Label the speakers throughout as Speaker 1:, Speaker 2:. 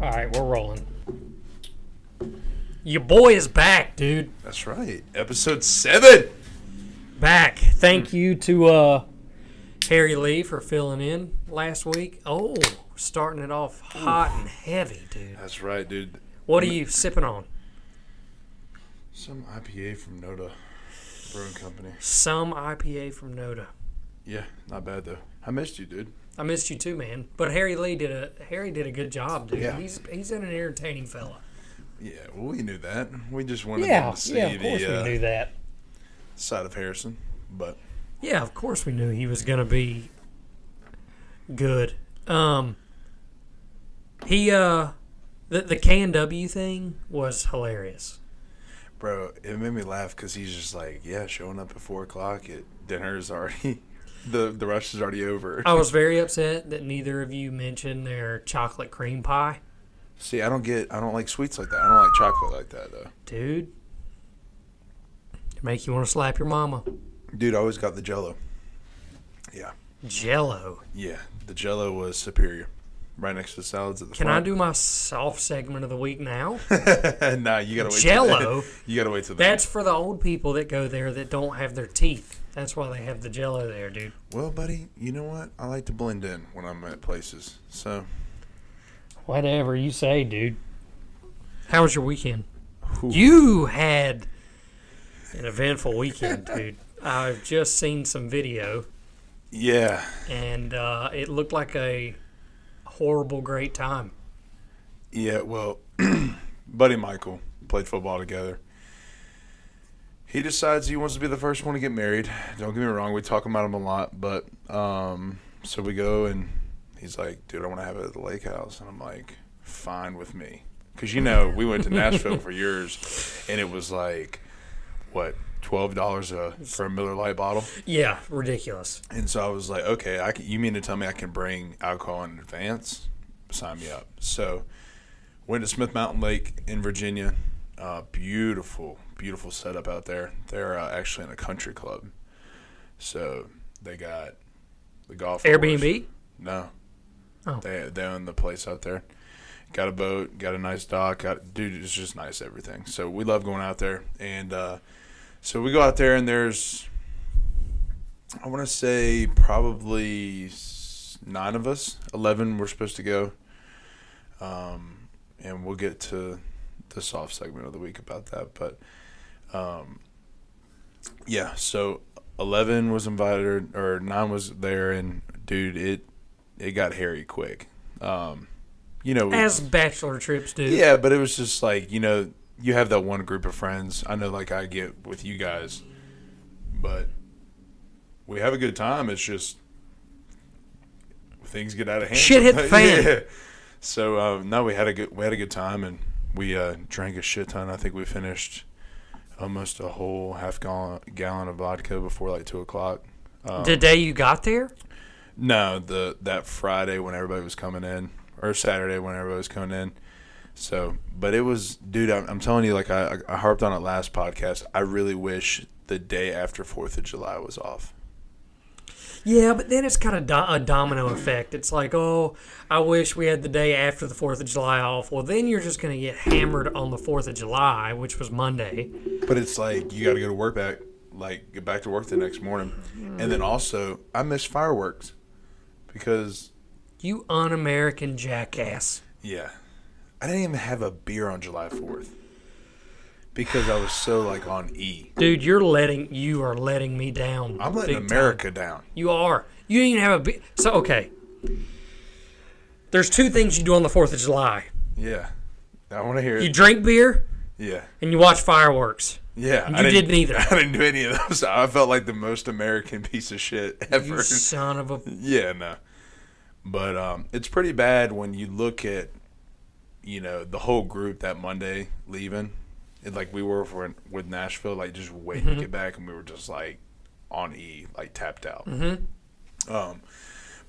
Speaker 1: we're rolling. Your boy is back, dude.
Speaker 2: That's right. Episode seven.
Speaker 1: Back. Thank you to uh, Harry Lee for filling in last week. Oh, starting it off hot and heavy, dude.
Speaker 2: That's right, dude.
Speaker 1: What are you sipping on?
Speaker 2: Some IPA from Noda Brewing Company.
Speaker 1: Some IPA from Noda.
Speaker 2: Yeah, not bad though. I missed you, dude.
Speaker 1: I missed you too, man. But Harry Lee did a Harry did a good job, dude.
Speaker 2: Yeah.
Speaker 1: He's he's an entertaining fella.
Speaker 2: Yeah, well, we knew that. We just wanted
Speaker 1: Yeah,
Speaker 2: to see
Speaker 1: yeah, of course
Speaker 2: the
Speaker 1: we knew
Speaker 2: uh,
Speaker 1: that.
Speaker 2: side of Harrison, but
Speaker 1: Yeah, of course we knew he was going to be good. Um he uh the the Can W thing was hilarious.
Speaker 2: bro, it made me laugh because he's just like, yeah, showing up at four o'clock at dinner is already the the rush is already over.
Speaker 1: I was very upset that neither of you mentioned their chocolate cream pie.
Speaker 2: See, I don't get, I don't like sweets like that. I don't like chocolate like that though.
Speaker 1: Dude, make you want to slap your mama.
Speaker 2: Dude, I always got the Jello. Yeah,
Speaker 1: Jello.
Speaker 2: yeah, the Jello was superior. Right next to the salads at the
Speaker 1: Can I
Speaker 2: front.
Speaker 1: do my soft segment of the week now?
Speaker 2: nah, you gotta wait.
Speaker 1: Jell-O?
Speaker 2: Till the, you gotta wait till the.
Speaker 1: That's for the old people that go there that don't have their teeth. That's why they have the jello there, dude.
Speaker 2: well, buddy, you know what? I like to blend in when I'm at places. So,
Speaker 1: Whatever you say, dude. How was your weekend?
Speaker 2: Whew.
Speaker 1: You had an eventful weekend, dude. I've just seen some video,
Speaker 2: yeah,
Speaker 1: and uh, it looked like a horrible great time.
Speaker 2: yeah. Well, buddy Michael played football together. He decides he wants to be the first one to get married. Don't get me wrong, we talk about him a lot, but um, so we go and he's like, "Dude, I want to have it at the lake house," and I'm like, "Fine with me," because you know we went to Nashville for years, and it was like, what, twelve dollars a for a Miller Lite bottle.
Speaker 1: Yeah, ridiculous.
Speaker 2: And so I was like, okay, I can, you mean to tell me I can bring alcohol in advance? Sign me up. So went to Smith Mountain Lake in Virginia. Uh, beautiful, beautiful setup out there. They're uh, actually in a country club. So they got the golf course.
Speaker 1: Airbnb.
Speaker 2: No.
Speaker 1: Oh.
Speaker 2: They, they own the place out there. Got a boat, got a nice dock. Got, dude, it's just nice everything. So we love going out there. And uh, so we go out there, and there's, I want to say, probably s- nine of us, 11 we're supposed to go. Um, and we'll get to the soft segment of the week about that. But um, yeah, so 11 was invited, or nine was there, and dude, it it got hairy quick. Um, you know,
Speaker 1: As bachelor trips do.
Speaker 2: yeah, but it was just like you know, you have that one group of friends. I know, like I get with you guys, but we have a good time. It's just things get out of hand.
Speaker 1: Shit hit the fan.
Speaker 2: Yeah. So um, no, we had a good we had a good time, and we uh, drank a shit ton. I think we finished almost a whole half gallon gallon of vodka before like two o'clock.
Speaker 1: the day you got there,
Speaker 2: No, the that Friday when everybody was coming in, or Saturday when everybody was coming in. So, but it was, dude. I'm, I'm telling you, like I, I harped on it last podcast. I really wish the day after Fourth of July was off.
Speaker 1: Yeah, but then it's kind of do- a domino effect. It's like, oh, I wish we had the day after the 4th of July off. Well, then you're just going to get hammered on the 4th of July, which was Monday.
Speaker 2: But it's like you got to go to work back, like get back to work the next morning, and then also I miss fireworks because
Speaker 1: You un American jackass.
Speaker 2: yeah, I didn't even have a beer on July Fourth because I was so like on E.
Speaker 1: Dude, you're letting, you are letting me down.
Speaker 2: I'm letting
Speaker 1: big time.
Speaker 2: America down.
Speaker 1: You are. You didn't even have a, be- so, okay. There's two things you do on the 4th of July
Speaker 2: Yeah, I want to hear.
Speaker 1: you
Speaker 2: It.
Speaker 1: drink beer
Speaker 2: Yeah.
Speaker 1: and you watch fireworks.
Speaker 2: Yeah,
Speaker 1: And
Speaker 2: I
Speaker 1: you didn't either.
Speaker 2: I didn't do any of those. I felt like the most American piece of shit
Speaker 1: You
Speaker 2: ever.
Speaker 1: son of a,
Speaker 2: yeah, no. But um, it's pretty bad when you look at, you know, the whole group that Monday leaving. It, like we were for with Nashville, like just waiting to get back, and we were just like on E, like tapped out. Um,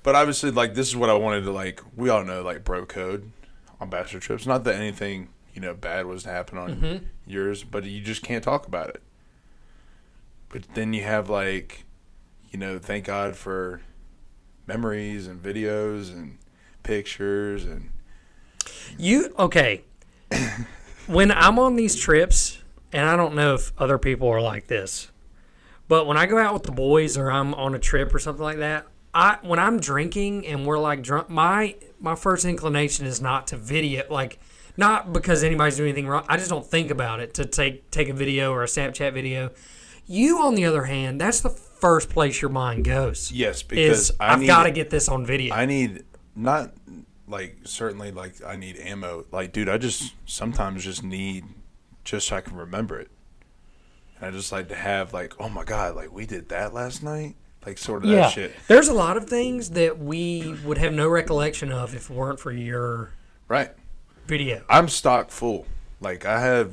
Speaker 2: but obviously, like this is what I wanted to like. We all know like bro code on bachelor trips. Not that anything you know bad was to happen on yours, but you just can't talk about it. But then you have like, you know, thank God for memories and videos and pictures and
Speaker 1: You okay? when I'm on these trips, and I don't know if other people are like this, but when I go out with the boys or I'm on a trip or something like that, I when I'm drinking and we're like drunk, my my first inclination is not to video like not because anybody's doing anything wrong. I just don't think about it to take take a video or a Snapchat video. You on the other hand, that's the first place your mind goes.
Speaker 2: Yes,
Speaker 1: Is
Speaker 2: because I
Speaker 1: I've
Speaker 2: need-
Speaker 1: got to get this on video.
Speaker 2: I need not like certainly like I need ammo. Like, dude, I just sometimes just need just so I can remember it. And I just like to have like, oh my god, like we did that last night, like sort of that Oh, shit,
Speaker 1: There's a lot of things that we would have no recollection of if it weren't for your
Speaker 2: right?
Speaker 1: video.
Speaker 2: I'm stock full. Like I have,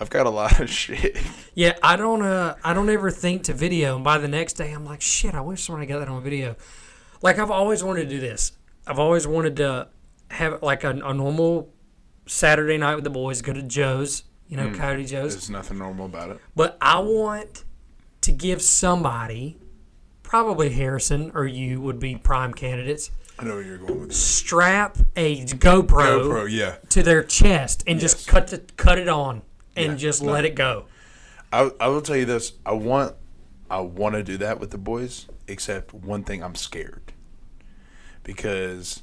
Speaker 2: I've got a lot of shit.
Speaker 1: Yeah, I don't uh I don't ever think to video and by the next day I'm like, shit, I wish someone had got that on video. Like I've always wanted to do this. I've always wanted to have like a, a normal Saturday night with the boys, go to Joe's, you
Speaker 2: Mm.
Speaker 1: know, Coyote Joe's.
Speaker 2: There's nothing normal about it.
Speaker 1: But I want to give somebody, probably Harrison or you would be prime candidates,
Speaker 2: I know where you're going with this.
Speaker 1: strap a
Speaker 2: GoPro, yeah.
Speaker 1: to their chest and
Speaker 2: Yes.
Speaker 1: just cut the, cut it on and
Speaker 2: Yeah,
Speaker 1: just
Speaker 2: no.
Speaker 1: let it go.
Speaker 2: I, I will tell you this. I want I want to do that with the boys, except one thing I'm scared because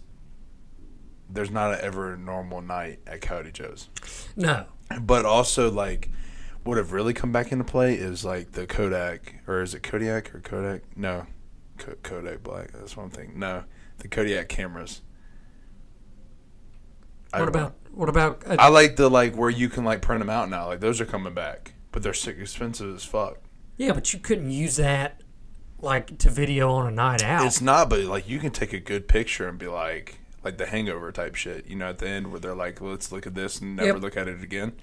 Speaker 2: there's not a ever normal night at Coyote Joe's.
Speaker 1: No.
Speaker 2: But also like what have really come back into play is like the Kodak or is it Kodak or Kodak? No, Ko- Kodak Black. That's one thing. No, the Kodak cameras. I-
Speaker 1: What about what about uh,
Speaker 2: I like the like where you can like print them out now. Like those are coming back, but they're sick expensive as fuck.
Speaker 1: yeah? But you couldn't use that like to video on a night out.
Speaker 2: It's not, but like you can take a good picture and be like, like the Hangover type shit. You know, at the end where they're like, let's look at this and never
Speaker 1: Yep.
Speaker 2: look at it again.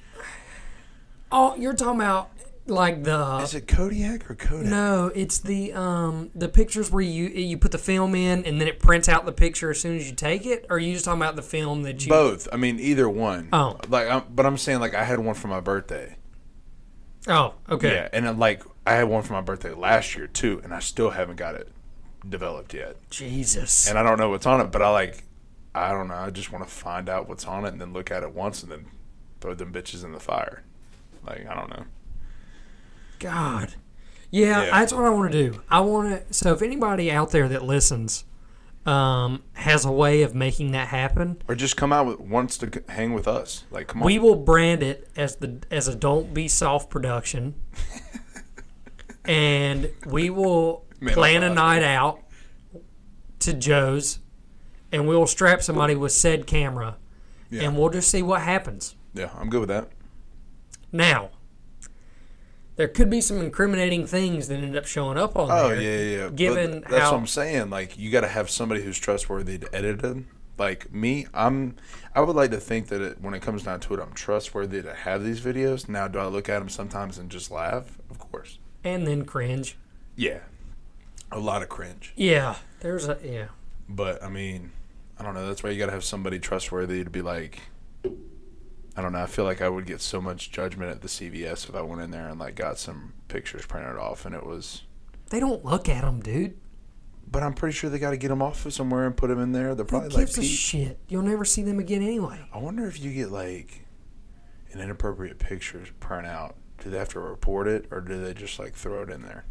Speaker 1: oh, you're talking about like the
Speaker 2: Is it Kodiak or Kodak?
Speaker 1: no, it's the um the pictures where you you put the film in and then it prints out the picture as soon as you take it. Or are you just talking about the film that you?
Speaker 2: Both. I mean, either one.
Speaker 1: Oh.
Speaker 2: Like, I'm, but I'm saying like I had one for my birthday.
Speaker 1: Oh, okay.
Speaker 2: Yeah, and then, like I had one for my birthday last year too, and I still haven't got it developed yet.
Speaker 1: Jesus.
Speaker 2: And I don't know what's on it, but I like, I don't know. I just want to find out what's on it and then look at it once and then throw them bitches in the fire. Like I don't know.
Speaker 1: God. Yeah,
Speaker 2: Yeah.
Speaker 1: that's what I want to do. I want to. So, if anybody out there that listens um, has a way of making that happen,
Speaker 2: or just come out with wants to c- hang with us. Like, come on,
Speaker 1: we will brand it as the as a Don't Be Soft production, and we will
Speaker 2: Man,
Speaker 1: plan
Speaker 2: I'm
Speaker 1: a
Speaker 2: not.
Speaker 1: night out to Joe's, and we will strap somebody with said camera,
Speaker 2: Yeah.
Speaker 1: and we'll just see what happens.
Speaker 2: yeah, I'm good with that.
Speaker 1: Now, there could be some incriminating things that end up showing up on
Speaker 2: Oh
Speaker 1: there.
Speaker 2: yeah, yeah. yeah. But
Speaker 1: Given
Speaker 2: that's
Speaker 1: how-
Speaker 2: what I'm saying. Like, you got to have somebody who's trustworthy to edit it. Like me, I'm. I would like to think that it, when it comes down to it, I'm trustworthy to have these videos. Now, do I look at them sometimes and just laugh? Of course.
Speaker 1: and then cringe.
Speaker 2: Yeah, a lot of cringe.
Speaker 1: Yeah, there's a yeah.
Speaker 2: But I mean, I don't know. That's why you got to have somebody trustworthy to be like. I don't know. I feel like I would get so much judgment at the CVS if I went in there and like got some pictures printed off and it was
Speaker 1: They don't look at them, dude.
Speaker 2: But I'm pretty sure they got to get them off of somewhere and put them in there. They're
Speaker 1: Who
Speaker 2: probably like,
Speaker 1: gives a
Speaker 2: Pete,
Speaker 1: shit? You'll never see them again anyway.
Speaker 2: I wonder if you get like an inappropriate picture print out. Do they have to report it or do they just like throw it in there?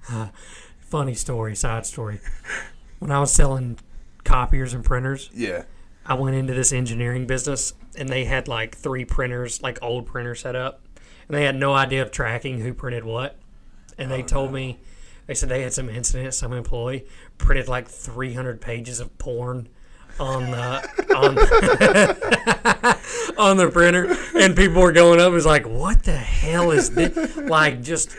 Speaker 1: Funny story, side story. when I was selling copiers and printers,
Speaker 2: Yeah.
Speaker 1: I went into this engineering business and they had like three printers, like old printers set up, and they had no idea of tracking who printed what. And they told me, they said they had some incident. Some employee printed like 300 pages of porn on the on on the printer, and people were going up. and was like, what the hell is this? like just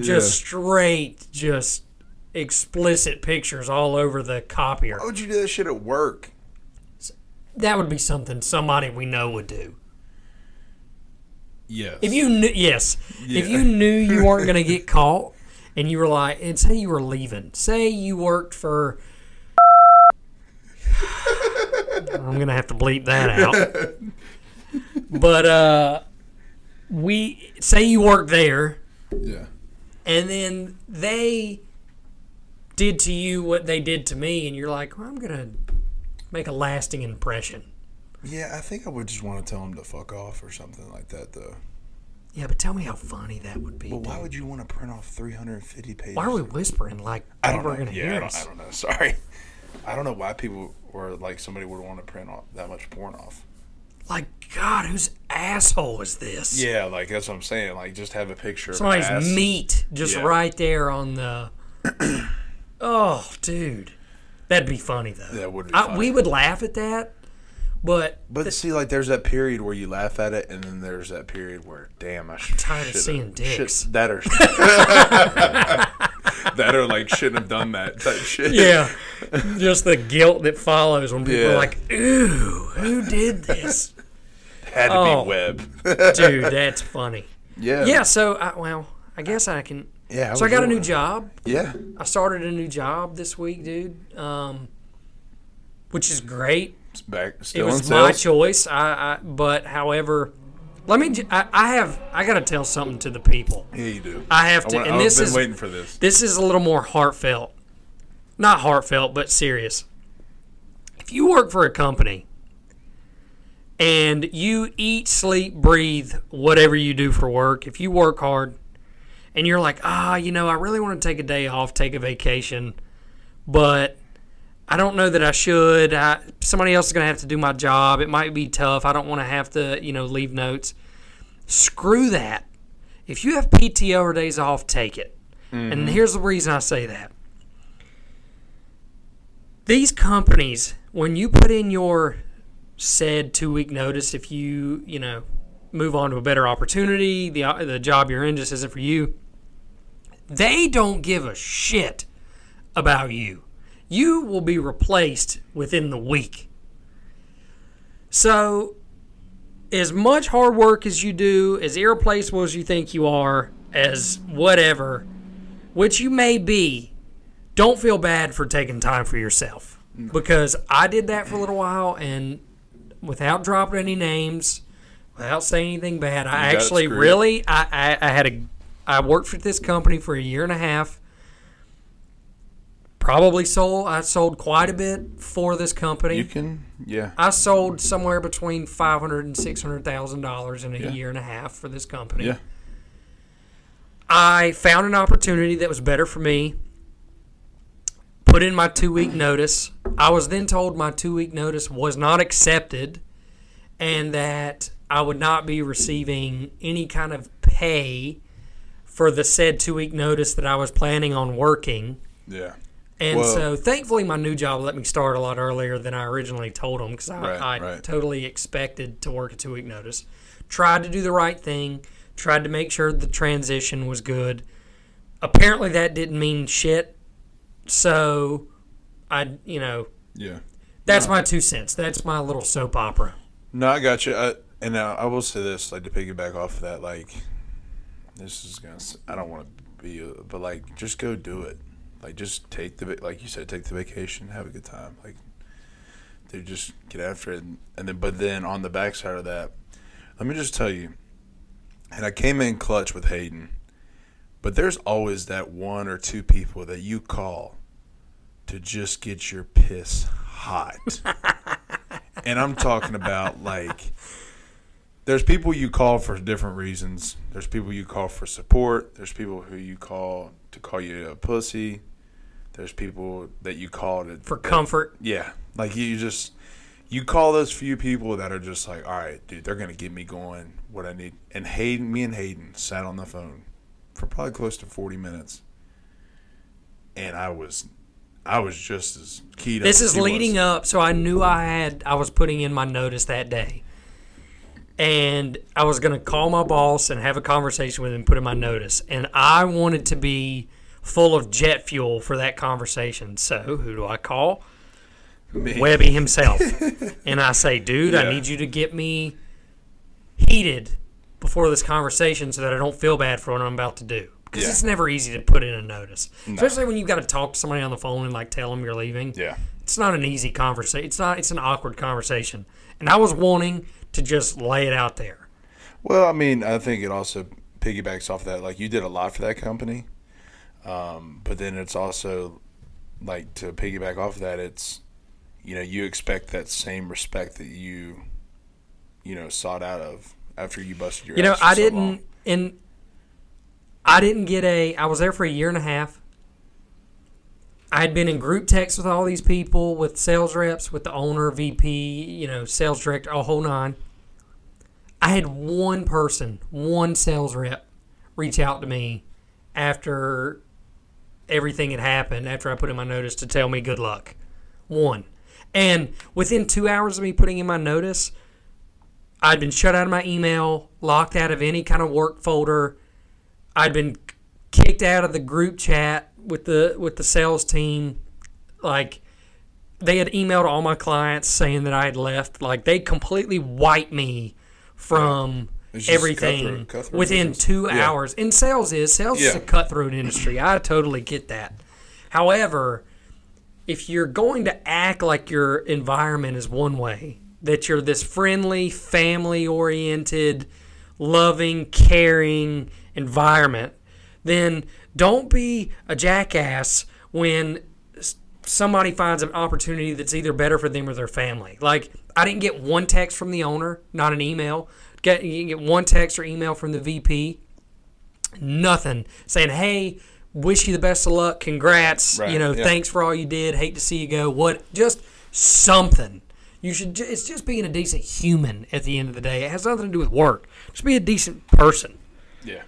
Speaker 1: just straight just explicit pictures all over the copier
Speaker 2: Why would you do that shit at work?
Speaker 1: that would be something somebody we know would do.
Speaker 2: Yes.
Speaker 1: If you knew, yes,
Speaker 2: Yeah.
Speaker 1: if you knew you weren't going to get caught, and you were like, and say you were leaving, say you worked for. I'm gonna have to bleep that out. But uh, we say you worked there,
Speaker 2: yeah.
Speaker 1: and then they did to you what they did to me, and you're like, well, I'm gonna make a lasting impression.
Speaker 2: Yeah, I think I would just want to tell him to fuck off or something like that, though.
Speaker 1: Yeah, but tell me how funny that would be.
Speaker 2: But why
Speaker 1: dude.
Speaker 2: would you want to print off 350 pages?
Speaker 1: Why are we whispering like
Speaker 2: I
Speaker 1: people
Speaker 2: don't
Speaker 1: are
Speaker 2: know.
Speaker 1: going to
Speaker 2: Yeah, I
Speaker 1: hear
Speaker 2: don't, I
Speaker 1: us?
Speaker 2: don't know. Sorry. I don't know why people or like somebody would want to print off that much porn off.
Speaker 1: Like, God, whose asshole is this?
Speaker 2: Yeah, like that's what I'm saying. Like just have a picture
Speaker 1: Somebody's
Speaker 2: of ass.
Speaker 1: meat just
Speaker 2: Yeah.
Speaker 1: right there on the. oh, dude, that'd be funny though.
Speaker 2: That would be
Speaker 1: I,
Speaker 2: funny.
Speaker 1: We would laugh at that, but
Speaker 2: But see, like there's that period where you laugh at it, and then there's that period where, damn, I sh-
Speaker 1: tired of
Speaker 2: should've-
Speaker 1: seeing
Speaker 2: should-
Speaker 1: dicks.
Speaker 2: that or that or like shouldn't have done that type shit.
Speaker 1: yeah, just the guilt that follows when people
Speaker 2: Yeah.
Speaker 1: are like, "Ooh, who did this,
Speaker 2: had to
Speaker 1: Oh.
Speaker 2: be web.
Speaker 1: dude? That's funny."
Speaker 2: yeah,
Speaker 1: Yeah, so I, well, I guess I can.
Speaker 2: Yeah, I
Speaker 1: so I
Speaker 2: was
Speaker 1: got a new
Speaker 2: wondering.
Speaker 1: job.
Speaker 2: yeah.
Speaker 1: I started a new job this week, dude. Um, which is great.
Speaker 2: It's back.
Speaker 1: it
Speaker 2: Still in
Speaker 1: was
Speaker 2: sales.
Speaker 1: my choice. I, I but however, let me. j- I, I have I got to tell something to the people.
Speaker 2: yeah, you do.
Speaker 1: I have to,
Speaker 2: wanna-
Speaker 1: and
Speaker 2: I've
Speaker 1: this
Speaker 2: been
Speaker 1: is
Speaker 2: waiting for this.
Speaker 1: this is a little more heartfelt, not heartfelt, but serious. If you work for a company and you eat, sleep, breathe, whatever you do for work, if you work hard and you're like, ah, you know, I really want to take a day off, take a vacation, but I don't know that I should. I, somebody else is going to have to do my job. It might be tough. I don't want to have to, you know, leave notes. Screw that. If you have PTO or days off, take it. And here's the reason I say that. These companies, when you put in your said two week notice, if you, you know, move on to a better opportunity, the, the job you're in just isn't for you, they don't give a shit about you. You will be replaced within the week. So, as much hard work as you do, as irreplaceable as you think you are, as whatever, which you may be, don't feel bad for taking time for yourself. Because I did that for a little while, and without dropping any names, without saying anything bad, I
Speaker 2: got it
Speaker 1: actually
Speaker 2: screwed.
Speaker 1: really I, I, I had a I worked for this company for a year and a half. Probably sold I sold quite a bit for this company.
Speaker 2: You can, yeah.
Speaker 1: I sold somewhere between five hundred and six hundred thousand dollars in a year and a half for this company.
Speaker 2: Yeah.
Speaker 1: I found an opportunity that was better for me. Put in my two week notice. I was then told my two week notice was not accepted, and that I would not be receiving any kind of pay for the said two week notice that I was planning on working.
Speaker 2: Yeah.
Speaker 1: And
Speaker 2: Whoa.
Speaker 1: so, thankfully, my new job let me start a lot earlier than I originally told them because I,
Speaker 2: Right,
Speaker 1: I
Speaker 2: right.
Speaker 1: totally expected to work a two week notice. Tried to do the right thing, tried to make sure the transition was good. Apparently, that didn't mean shit. So, I, you know,
Speaker 2: Yeah.
Speaker 1: that's my two cents. That's my little soap opera.
Speaker 2: No, I got you. I, and uh, I will say this, like to piggyback off of that, like this is gonna. s- I don't want to be, uh, but like just go do it. Like just take the va- like you said, take the vacation, have a good time. Like, dude, just get after it. And, and then, but then on the backside of that, let me just tell you. And I came in clutch with Hayden, but there's always that one or two people that you call to just get your piss hot. and I'm talking about like there's people you call for different reasons. There's people you call for support. There's people who you call to call you a pussy. There's people that you call to
Speaker 1: For comfort,
Speaker 2: yeah, like you just you call those few people that are just like, all right, dude, they're gonna get me going what I need. And Hayden, me and Hayden sat on the phone for probably close to forty minutes, and I was, I was just as keyed.
Speaker 1: This
Speaker 2: up
Speaker 1: is leading up, so I knew I had I was putting in my notice that day. And I was gonna call my boss and have a conversation with him, put in my notice. And I wanted to be full of jet fuel for that conversation. So who do I call?
Speaker 2: Me.
Speaker 1: Webby himself. and I say, dude, I
Speaker 2: Yeah.
Speaker 1: need you to get me heated before this conversation so that I don't feel bad for what I'm about to do. Because
Speaker 2: Yeah.
Speaker 1: it's never easy to put in a notice. Especially when you've got to talk to somebody on the phone and like tell them you're leaving
Speaker 2: Yeah,
Speaker 1: it's not an easy conversation. It's not. It's an awkward conversation. And I was wanting to just lay it out there.
Speaker 2: Well, I mean, I think it also piggybacks off that. Like you did a lot for that company, um, but then it's also like to piggyback off that. It's you know, you expect that same respect that you, you know, sought out of after you busted your.
Speaker 1: You know,
Speaker 2: ass for
Speaker 1: I
Speaker 2: so
Speaker 1: didn't
Speaker 2: long.
Speaker 1: and I didn't get a I was there for a year and a half. I had been in group texts with all these people, with sales reps, with the owner, VP, you know, sales director, a whole nine. I had one person, one sales rep reach out to me after everything had happened, after I put in my notice to tell me good luck. One. And within two hours of me putting in my notice, I'd been shut out of my email, locked out of any kind of work folder. I'd been kicked out of the group chat with the with the sales team. Like they had emailed all my clients saying that I had left. Like they completely wiped me from
Speaker 2: It's just
Speaker 1: everything
Speaker 2: cutthroat- cutthroat
Speaker 1: within
Speaker 2: business.
Speaker 1: two
Speaker 2: Yeah.
Speaker 1: hours. And sales is sales is a
Speaker 2: Yeah.
Speaker 1: cutthroat industry. I totally get that. However, if you're going to act like your environment is one way, that you're this friendly, family oriented, loving, caring environment, then don't be a jackass when s- somebody finds an opportunity that's either better for them or their family. Like, I didn't get one text from the owner, not an email. Get, you get one text or email from the VP nothing saying hey wish you the best of luck congrats
Speaker 2: Right,
Speaker 1: you know
Speaker 2: yeah.
Speaker 1: thanks for all you did hate to see you go what just something you should ju- it's just being a decent human at the end of the day it has nothing to do with work just be a decent person
Speaker 2: Yeah.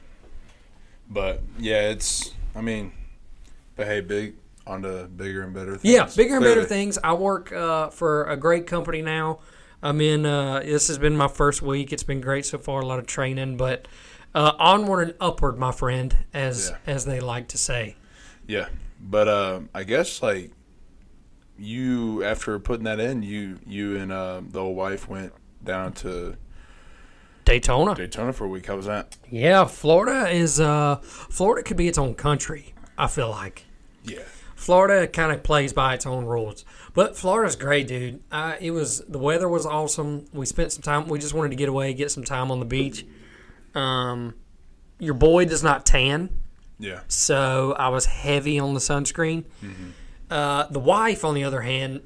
Speaker 2: But yeah, it's. I mean, but hey, big onto bigger and better. Things.
Speaker 1: yeah bigger and better
Speaker 2: Clearly.
Speaker 1: things i work uh, for a great company now i'm in uh, this has been my first week it's been great so far a lot of training but uh, onward and upward my friend as as they like to say
Speaker 2: Yeah, but uh, I guess like you after putting that in, you you and uh, the old wife went down to
Speaker 1: daytona
Speaker 2: Daytona for a week. How was that?
Speaker 1: Yeah, Florida is uh Florida could be its own country, I feel like.
Speaker 2: Yeah,
Speaker 1: Florida kind of plays by its own rules. But Florida's great, dude. Uh, it was the weather was awesome. We spent some time we just wanted to get away, get some time on the beach. Um your boy does not tan,
Speaker 2: yeah,
Speaker 1: so I was heavy on the sunscreen.
Speaker 2: Mm-hmm.
Speaker 1: Uh, the wife, on the other hand,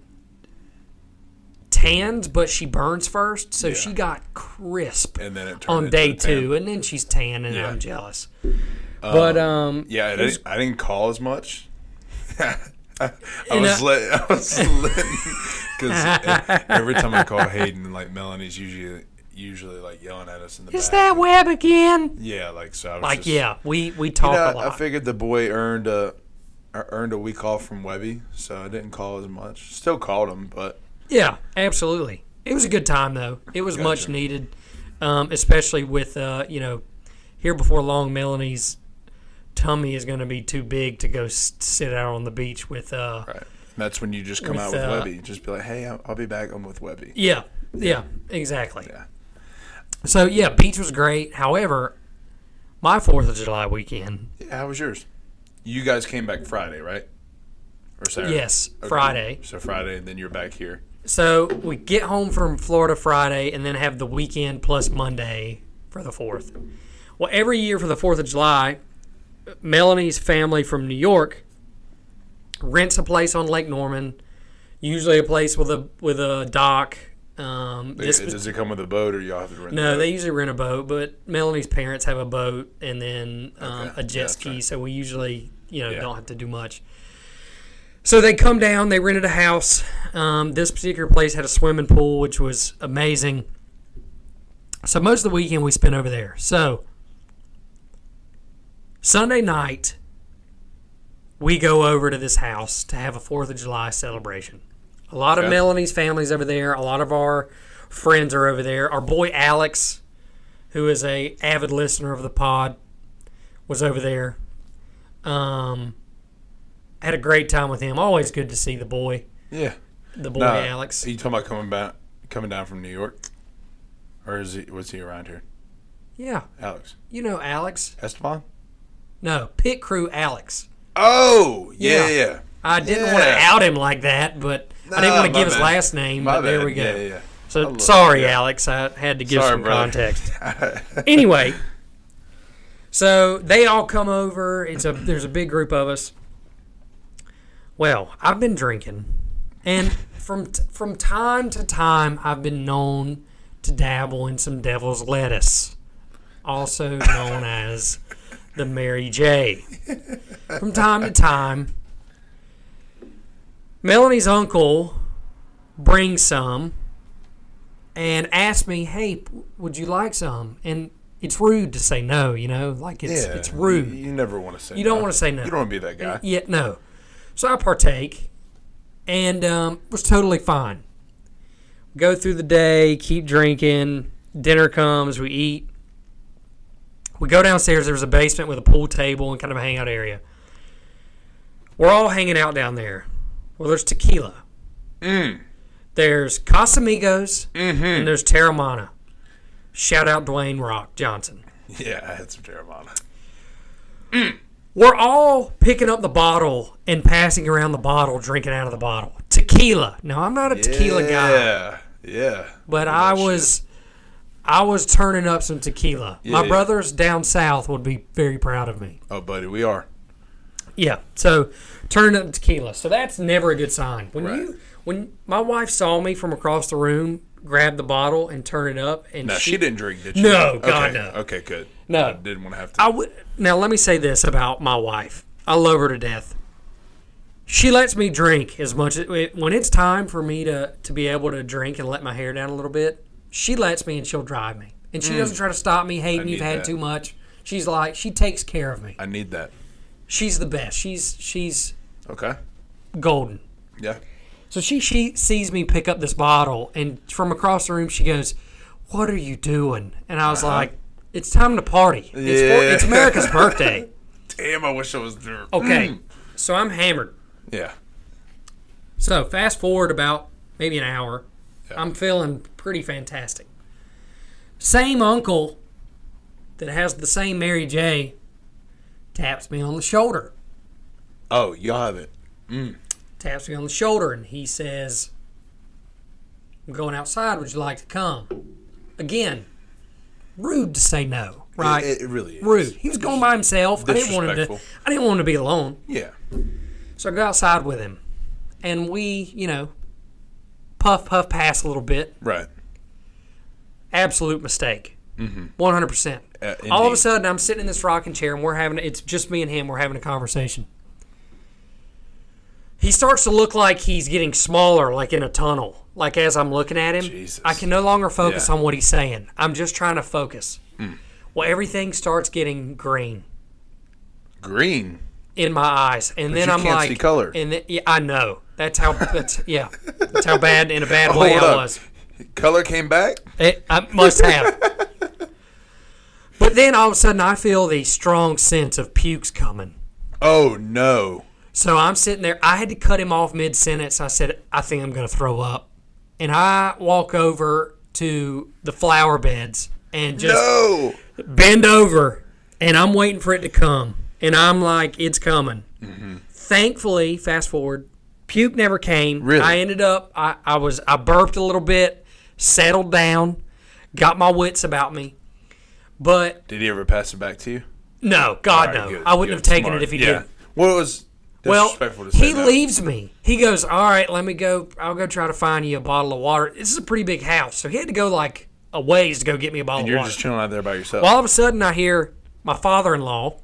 Speaker 1: tans, but she burns first, so
Speaker 2: Yeah.
Speaker 1: she got crisp
Speaker 2: and then it turned
Speaker 1: on day
Speaker 2: into a tan.
Speaker 1: two, and then she's tan, and
Speaker 2: Yeah. Uh,
Speaker 1: I'm jealous. but um,
Speaker 2: Yeah, I didn't, I didn't call as much. I, I
Speaker 1: You
Speaker 2: was
Speaker 1: know-
Speaker 2: let. I was let because every time I call Hayden, like Melanie's usually usually like yelling at us in the
Speaker 1: is
Speaker 2: back.
Speaker 1: that web again?
Speaker 2: yeah, like so. I was
Speaker 1: Like,
Speaker 2: just-
Speaker 1: yeah, we we talk
Speaker 2: Yeah,
Speaker 1: a
Speaker 2: uh, I
Speaker 1: lot.
Speaker 2: figured the boy earned a er- earned a week off from Webby, so I didn't call as much. Still called him, but
Speaker 1: yeah, absolutely. It was a good time though. It was much
Speaker 2: Gotcha.
Speaker 1: needed, um, especially with uh, you know, here before long, Melanie's tummy is going to be too big to go s- sit out on the beach with. Uh,
Speaker 2: right. that's when you just come
Speaker 1: With,
Speaker 2: out with
Speaker 1: uh,
Speaker 2: Webby. Just be like, hey, I'll, I'll be back. I'm with Webby.
Speaker 1: Yeah, yeah, exactly.
Speaker 2: Yeah.
Speaker 1: So yeah, beach was great. However, my Fourth of July weekend,
Speaker 2: Yeah, how was yours? You guys came back Friday, right? Or Saturday?
Speaker 1: yes,
Speaker 2: Okay.
Speaker 1: Friday.
Speaker 2: So Friday, and then you're back here.
Speaker 1: So we get home from Florida Friday and then have the weekend plus Monday for the 4th. Well, every year for the 4th of July, Melanie's family from New York rents a place on Lake Norman, usually a place with a with a dock. Um,
Speaker 2: They-
Speaker 1: this was-
Speaker 2: does it come with a boat, or y'all have to rent?
Speaker 1: no,
Speaker 2: a boat?
Speaker 1: they usually rent a boat, but Melanie's parents have a boat and then um,
Speaker 2: Okay.
Speaker 1: a jet
Speaker 2: Yeah, that's
Speaker 1: ski,
Speaker 2: right.
Speaker 1: so we usually you know
Speaker 2: Yeah.
Speaker 1: don't have to do much. So they come down. They rented a house. Um, this particular place had a swimming pool, which was amazing. So most of the weekend we spent over there. So Sunday night, we go over to this house to have a Fourth of July celebration. A lot of
Speaker 2: Okay.
Speaker 1: Melanie's family's over there. A lot of our friends are over there. Our boy Alex, who is a avid listener of the pod, was over there. Um, had a great time with him. Always good to see the boy,
Speaker 2: Yeah.
Speaker 1: the boy
Speaker 2: Nah,
Speaker 1: Alex.
Speaker 2: Are you talking about coming back, coming down from New York, or is he? Was he around here?
Speaker 1: Yeah,
Speaker 2: Alex
Speaker 1: you know Alex.
Speaker 2: Esteban.
Speaker 1: No, pit crew Alex.
Speaker 2: Oh yeah,
Speaker 1: Yeah.
Speaker 2: yeah.
Speaker 1: I didn't want to
Speaker 2: Yeah.
Speaker 1: out him like that, but I didn't
Speaker 2: Nah,
Speaker 1: want to
Speaker 2: my
Speaker 1: give his
Speaker 2: bad.
Speaker 1: last name.
Speaker 2: My
Speaker 1: but there
Speaker 2: bad.
Speaker 1: we go.
Speaker 2: Yeah, yeah.
Speaker 1: So
Speaker 2: look,
Speaker 1: sorry,
Speaker 2: yeah.
Speaker 1: Alex. I had to give
Speaker 2: Sorry,
Speaker 1: some
Speaker 2: brother.
Speaker 1: context. anyway, so they all come over. It's a there's a big group of us. Well, I've been drinking. And from t- from time to time, I've been known to dabble in some devil's lettuce, also known as the Mary J. From time to time, Melanie's uncle brings some and asks me, "Hey, p- would you like some?" And it's rude to say no, you know, like it's it's rude.
Speaker 2: You, you never want to say.
Speaker 1: You don't
Speaker 2: no.
Speaker 1: wanna say no.
Speaker 2: You don't want to be that guy.
Speaker 1: Yeah, no. So I partake, and um, was totally fine. Go through the day, keep drinking. Dinner comes, we eat. We go downstairs. There's a basement with a pool table and kind of a hangout area. We're all hanging out down there. Well, there's tequila. There's Casamigos and there's Terramana. Shout out Dwayne Rock Johnson.
Speaker 2: Yeah, I had some Terramana.
Speaker 1: We're all picking up the bottle and passing around the bottle, drinking out of the bottle. Tequila. Now I'm not a tequila guy,
Speaker 2: Yeah, yeah.
Speaker 1: but I
Speaker 2: that shit.
Speaker 1: was I was turning up some tequila. My
Speaker 2: Yeah.
Speaker 1: brothers down south would be very proud of me.
Speaker 2: Oh, buddy, we are.
Speaker 1: Yeah. So turning up tequila. So that's never a good sign. When you
Speaker 2: Right.
Speaker 1: when my wife saw me from across the room grab the bottle and turn it up and
Speaker 2: No, she, didn't drink, did she?
Speaker 1: No, God,
Speaker 2: okay.
Speaker 1: no.
Speaker 2: Okay, good.
Speaker 1: No.
Speaker 2: I didn't want to have to.
Speaker 1: I would now let me say this about my wife. I love her to death. She lets me drink as much as when it's time for me to to be able to drink and let my hair down a little bit. She lets me and she'll drive me, and she doesn't try to stop me. Hey,
Speaker 2: Hmm. need
Speaker 1: you've had
Speaker 2: that.
Speaker 1: too much. She's like she takes care of me.
Speaker 2: I need that.
Speaker 1: She's the best. She's she's
Speaker 2: Okay.
Speaker 1: golden.
Speaker 2: Yeah.
Speaker 1: So she she sees me pick up this bottle, and from across the room she goes, "What are you doing?" And I was like, "It's time to party. It's, for,
Speaker 2: Uh-huh. Yeah.
Speaker 1: it's America's birthday."
Speaker 2: Damn, I wish I was there.
Speaker 1: Okay,
Speaker 2: Mm.
Speaker 1: so I'm hammered.
Speaker 2: Yeah.
Speaker 1: So fast forward about maybe an hour. I'm feeling pretty fantastic. Same uncle that has the same Mary J taps me on the shoulder.
Speaker 2: Oh, y'all haven't.
Speaker 1: Taps me on the shoulder and he says, I'm going outside. Would you like to come? Again, rude to say no, right?
Speaker 2: It, it really is.
Speaker 1: rude. He was going by himself. I didn't want him to
Speaker 2: Disrespectful.
Speaker 1: I didn't want him to be alone.
Speaker 2: Yeah.
Speaker 1: So I go outside with him, and we, you know, puff, puff, pass a little bit.
Speaker 2: Right.
Speaker 1: Absolute mistake. One hundred percent.
Speaker 2: Mm-hmm. Uh,
Speaker 1: All of a
Speaker 2: indeed.
Speaker 1: sudden, I'm sitting in this rocking chair, and we're having it's just me and him. We're having a conversation. He starts to look like he's getting smaller, like in a tunnel. Like as I'm looking at him,
Speaker 2: Jesus.
Speaker 1: I can no longer focus
Speaker 2: Yeah. Hmm.
Speaker 1: on what he's saying. I'm just trying to focus. Well, everything starts getting green
Speaker 2: Green.
Speaker 1: in my eyes, and then
Speaker 2: you
Speaker 1: I'm
Speaker 2: can't
Speaker 1: like,
Speaker 2: see color.
Speaker 1: And th- yeah, I know that's how that's yeah, that's how bad in a bad way
Speaker 2: Hold
Speaker 1: I
Speaker 2: up.
Speaker 1: was.
Speaker 2: Color came back.
Speaker 1: It, I must have. but then all of a sudden, I feel the strong sense of pukes coming.
Speaker 2: Oh no.
Speaker 1: So I'm sitting there. I had to cut him off mid sentence. I said, I think I'm going to throw up. And I walk over to the flower beds and just
Speaker 2: No.
Speaker 1: bend over and I'm waiting for it to come. And I'm like, it's coming.
Speaker 2: Mm-hmm.
Speaker 1: Thankfully, fast forward, puke never came.
Speaker 2: Really?
Speaker 1: I ended up, I, I was, I burped a little bit, settled down, got my wits about me. But
Speaker 2: Did he ever pass it back to you?
Speaker 1: no, God
Speaker 2: All right,
Speaker 1: no,
Speaker 2: good,
Speaker 1: I wouldn't
Speaker 2: good,
Speaker 1: have taken
Speaker 2: smart.
Speaker 1: it if he
Speaker 2: yeah.
Speaker 1: did.
Speaker 2: Well, it was
Speaker 1: Well,
Speaker 2: disrespectful to say
Speaker 1: he
Speaker 2: no.
Speaker 1: leaves me. He goes, all right, let me go. I'll go try to find you a bottle of water. This is a pretty big house, so he had to go like a ways to go get me a bottle
Speaker 2: You're
Speaker 1: of water.
Speaker 2: just chilling out there by yourself.
Speaker 1: Well, all of a sudden, I hear my father in law.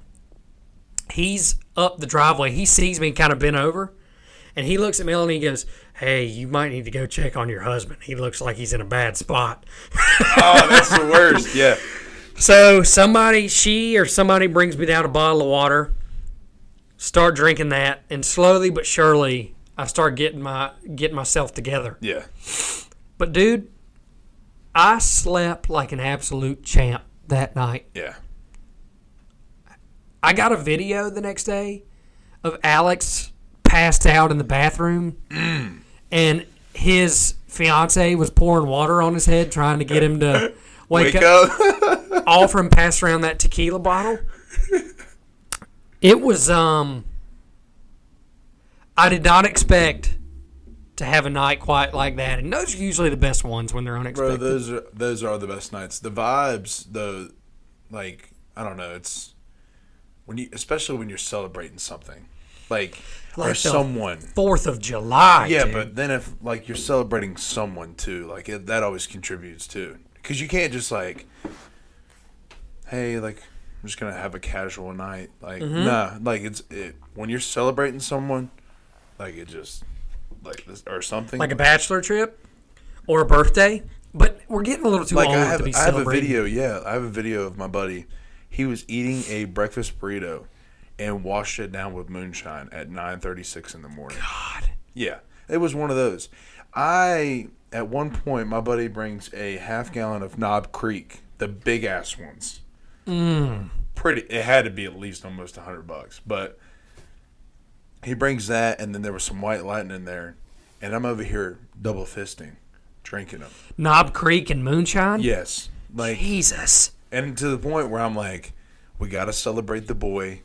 Speaker 1: He's up the driveway. He sees me kind of bent over, and he looks at Melanie and he goes, Hey, you might need to go check on your husband. He looks like he's in a bad spot.
Speaker 2: oh, that's the worst. Yeah.
Speaker 1: So, somebody, she or somebody brings me down a bottle of water, start drinking that, and slowly but surely, I start getting my getting myself together.
Speaker 2: Yeah.
Speaker 1: But dude, I slept like an absolute champ that night.
Speaker 2: Yeah.
Speaker 1: I got a video the next day of Alex passed out in the bathroom,
Speaker 2: Mm.
Speaker 1: and his fiance was pouring water on his head, trying to get him to wake,
Speaker 2: Wake
Speaker 1: up,
Speaker 2: up.
Speaker 1: All from pass around that tequila bottle. It was um. I did not expect to have a night quite like that, and those are usually the best ones when they're
Speaker 2: Bro,
Speaker 1: unexpected.
Speaker 2: those are those are the best nights. The vibes, though, like I don't know, it's when you, especially when you're celebrating something, like,
Speaker 1: Like
Speaker 2: or
Speaker 1: the-
Speaker 2: someone.
Speaker 1: Fourth of July.
Speaker 2: Yeah,
Speaker 1: dude.
Speaker 2: but then if like you're celebrating someone too, like it, that always contributes too, because you can't just like, hey, like I'm just gonna have a casual night. Like nah, like it's it, when you're celebrating someone, like it just like this or something.
Speaker 1: like a bachelor trip or a birthday. But we're getting a little too
Speaker 2: like
Speaker 1: old
Speaker 2: I have
Speaker 1: to be
Speaker 2: I have a
Speaker 1: celebrating.
Speaker 2: video. Yeah, I have a video of my buddy. He was eating a breakfast burrito and washed it down with moonshine at 9:36 in the morning.
Speaker 1: God.
Speaker 2: Yeah, it was one of those. I at one point my buddy brings a half gallon of Knob Creek, the big ass ones. Mm. Pretty. It had to be at least almost a hundred bucks, but he brings that, and then there was some white lightning in there, and I'm over here double fisting, drinking them.
Speaker 1: Knob Creek and Moonshine?
Speaker 2: Yes, like
Speaker 1: Jesus.
Speaker 2: and to the point where I'm like, we got to celebrate the boy.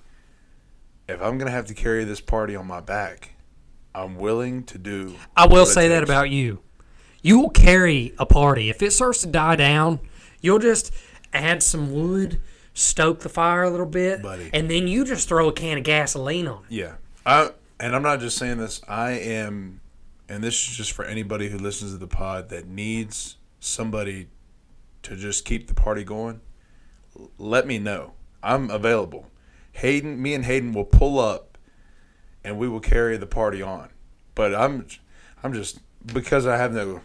Speaker 2: If I'm gonna have to carry this party on my back, I'm willing to do.
Speaker 1: I will
Speaker 2: what it
Speaker 1: say that
Speaker 2: takes.
Speaker 1: about you. You will carry a party. If it starts to die down, you'll just add some wood, stoke the fire a little bit,
Speaker 2: Buddy.
Speaker 1: and then you just throw a can of gasoline on it.
Speaker 2: Yeah, I and I'm not just saying this. I am, and this is just for anybody who listens to the pod that needs somebody to just keep the party going. l- Let me know. I'm available. Hayden, me and Hayden will pull up, and we will carry the party on. But I'm, I'm just because I have no,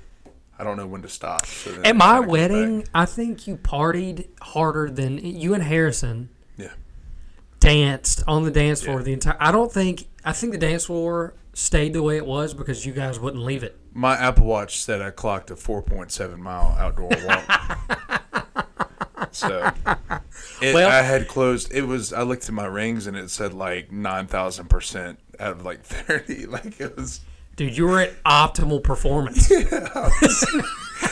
Speaker 2: I don't know when to stop. So then
Speaker 1: At
Speaker 2: it
Speaker 1: my
Speaker 2: kinda comes
Speaker 1: wedding,
Speaker 2: back.
Speaker 1: I think you partied harder than you and Harrison
Speaker 2: yeah,
Speaker 1: danced on the dance floor
Speaker 2: Yeah.
Speaker 1: the entire. I don't think I think the dance floor stayed the way it was because you guys wouldn't leave it.
Speaker 2: my Apple Watch said I clocked a 4.7 mile outdoor walk. so, it,
Speaker 1: Well-
Speaker 2: I had closed. It was. I looked at my rings and it said like 9,000 percent out of like 30. Like it was.
Speaker 1: Dude, you were at optimal performance.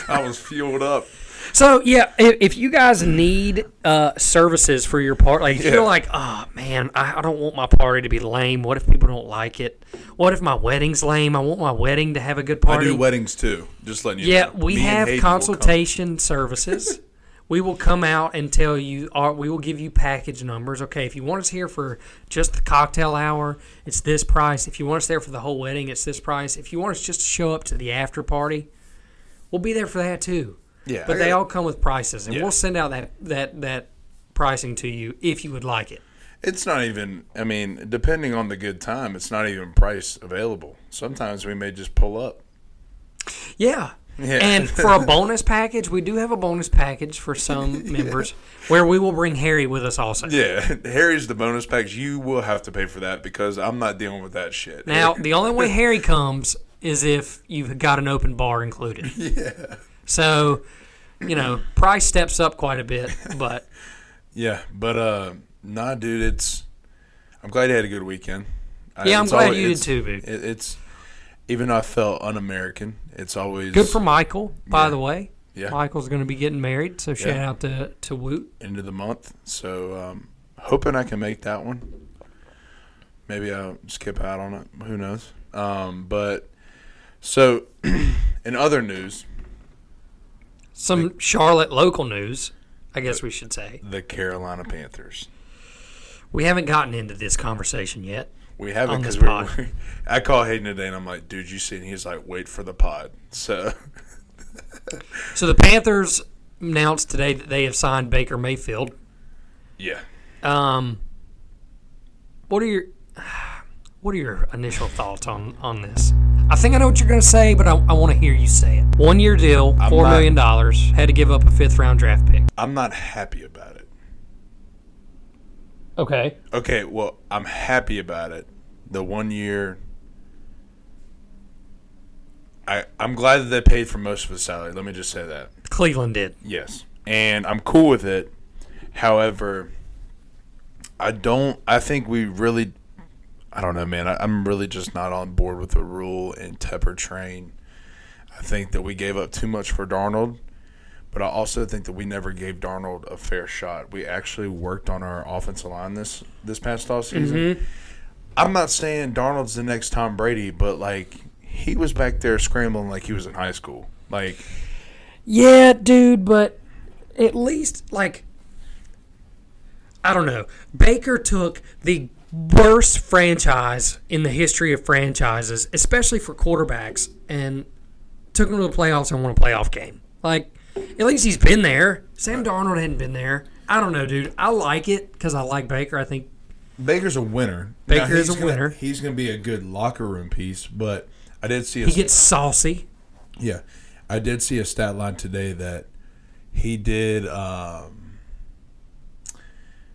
Speaker 2: I was fueled up.
Speaker 1: so yeah, if, if you guys need uh, services for your part, like if
Speaker 2: Yeah.
Speaker 1: you're like, oh man, I, I don't want my party to be lame. What if people don't like it? What if my wedding's lame? I want my wedding to have a good
Speaker 2: I
Speaker 1: party.
Speaker 2: do weddings too. Just letting you.
Speaker 1: Yeah,
Speaker 2: know.
Speaker 1: we
Speaker 2: Me and
Speaker 1: have
Speaker 2: Hayden will come.
Speaker 1: consultation services. we will come out and tell you. Our, we will give you package numbers. Okay, if you want us here for just the cocktail hour, it's this price. If you want us there for the whole wedding, it's this price. If you want us just to show up to the after party, we'll be there for that too.
Speaker 2: Yeah,
Speaker 1: but
Speaker 2: I
Speaker 1: they
Speaker 2: got-
Speaker 1: all come with prices, and
Speaker 2: Yeah.
Speaker 1: we'll send out that that that pricing to you if you would like it.
Speaker 2: It's not even. I mean, depending on the good time, it's not even price available. Sometimes we may just pull up.
Speaker 1: Yeah.
Speaker 2: Yeah.
Speaker 1: And for a bonus package, we do have a bonus package for some members where we will bring Harry with us also.
Speaker 2: Yeah, Harry's the bonus packs. You will have to pay for that because I'm not dealing with that shit.
Speaker 1: Now, the only way Harry comes is if you've got an open bar included. Yeah. So, you know, price steps up quite a bit, but
Speaker 2: Yeah, but uh, nah, dude, it's. I'm glad you had a good weekend. I-
Speaker 1: yeah, I'm
Speaker 2: it's
Speaker 1: glad
Speaker 2: alwa-
Speaker 1: you did
Speaker 2: it's-
Speaker 1: too, dude.
Speaker 2: It, it's even though I felt un-American, it's always
Speaker 1: Good for Michael, by the way.
Speaker 2: Yeah.
Speaker 1: Michael's going to be getting married, so shout out to to Woot.
Speaker 2: end of the month. So um, hoping I can make that one. Maybe I'll skip out on it. Who knows? Um, but so, in other news,
Speaker 1: Some Charlotte local news, I guess we should say.
Speaker 2: the Carolina Panthers.
Speaker 1: We haven't gotten into this conversation yet.
Speaker 2: We
Speaker 1: on
Speaker 2: haven't
Speaker 1: this
Speaker 2: because we're,
Speaker 1: pod.
Speaker 2: we're- I call Hayden today and I'm like, dude, you seen? He's like, wait for the pod. So
Speaker 1: So the Panthers announced today that they have signed Baker Mayfield.
Speaker 2: yeah,
Speaker 1: Um, what are your what are your initial thoughts on on this? I think I know what you're going to say, but I, I want to hear you say it. One year deal,
Speaker 2: I'm
Speaker 1: four
Speaker 2: not-
Speaker 1: million dollars. Had to give up a fifth round draft pick.
Speaker 2: I'm not happy about it.
Speaker 1: Okay.
Speaker 2: Okay, well, I'm happy about it. The one year. I, I'm glad that they paid for most of his salary. Let me just say that.
Speaker 1: Cleveland did.
Speaker 2: Yes. And I'm cool with it. However, I don't I think we really I don't know, man. I, I'm really just not on board with the rule and Tepper train. I think that we gave up too much for Darnold, but I also think that we never gave Darnold a fair shot. We actually worked on our offensive line this this past offseason. season. I'm not saying Darnold's the next Tom Brady, but like he was back there scrambling like he was in high school. Like
Speaker 1: Yeah, dude, but at least like I don't know. Baker took the worst franchise in the history of franchises, especially for quarterbacks, and took him to the playoffs and won a playoff game. Like, at least he's been there. Sam Darnold hadn't been there. I don't know, dude. I like it because I like Baker. I think
Speaker 3: Baker's a winner.
Speaker 1: Baker
Speaker 3: he's
Speaker 1: is a
Speaker 3: gonna-
Speaker 1: winner.
Speaker 3: He's going to be a good locker room piece, but I did see a
Speaker 1: he gets saucy.
Speaker 3: yeah, I did see a stat line today that he did. Um,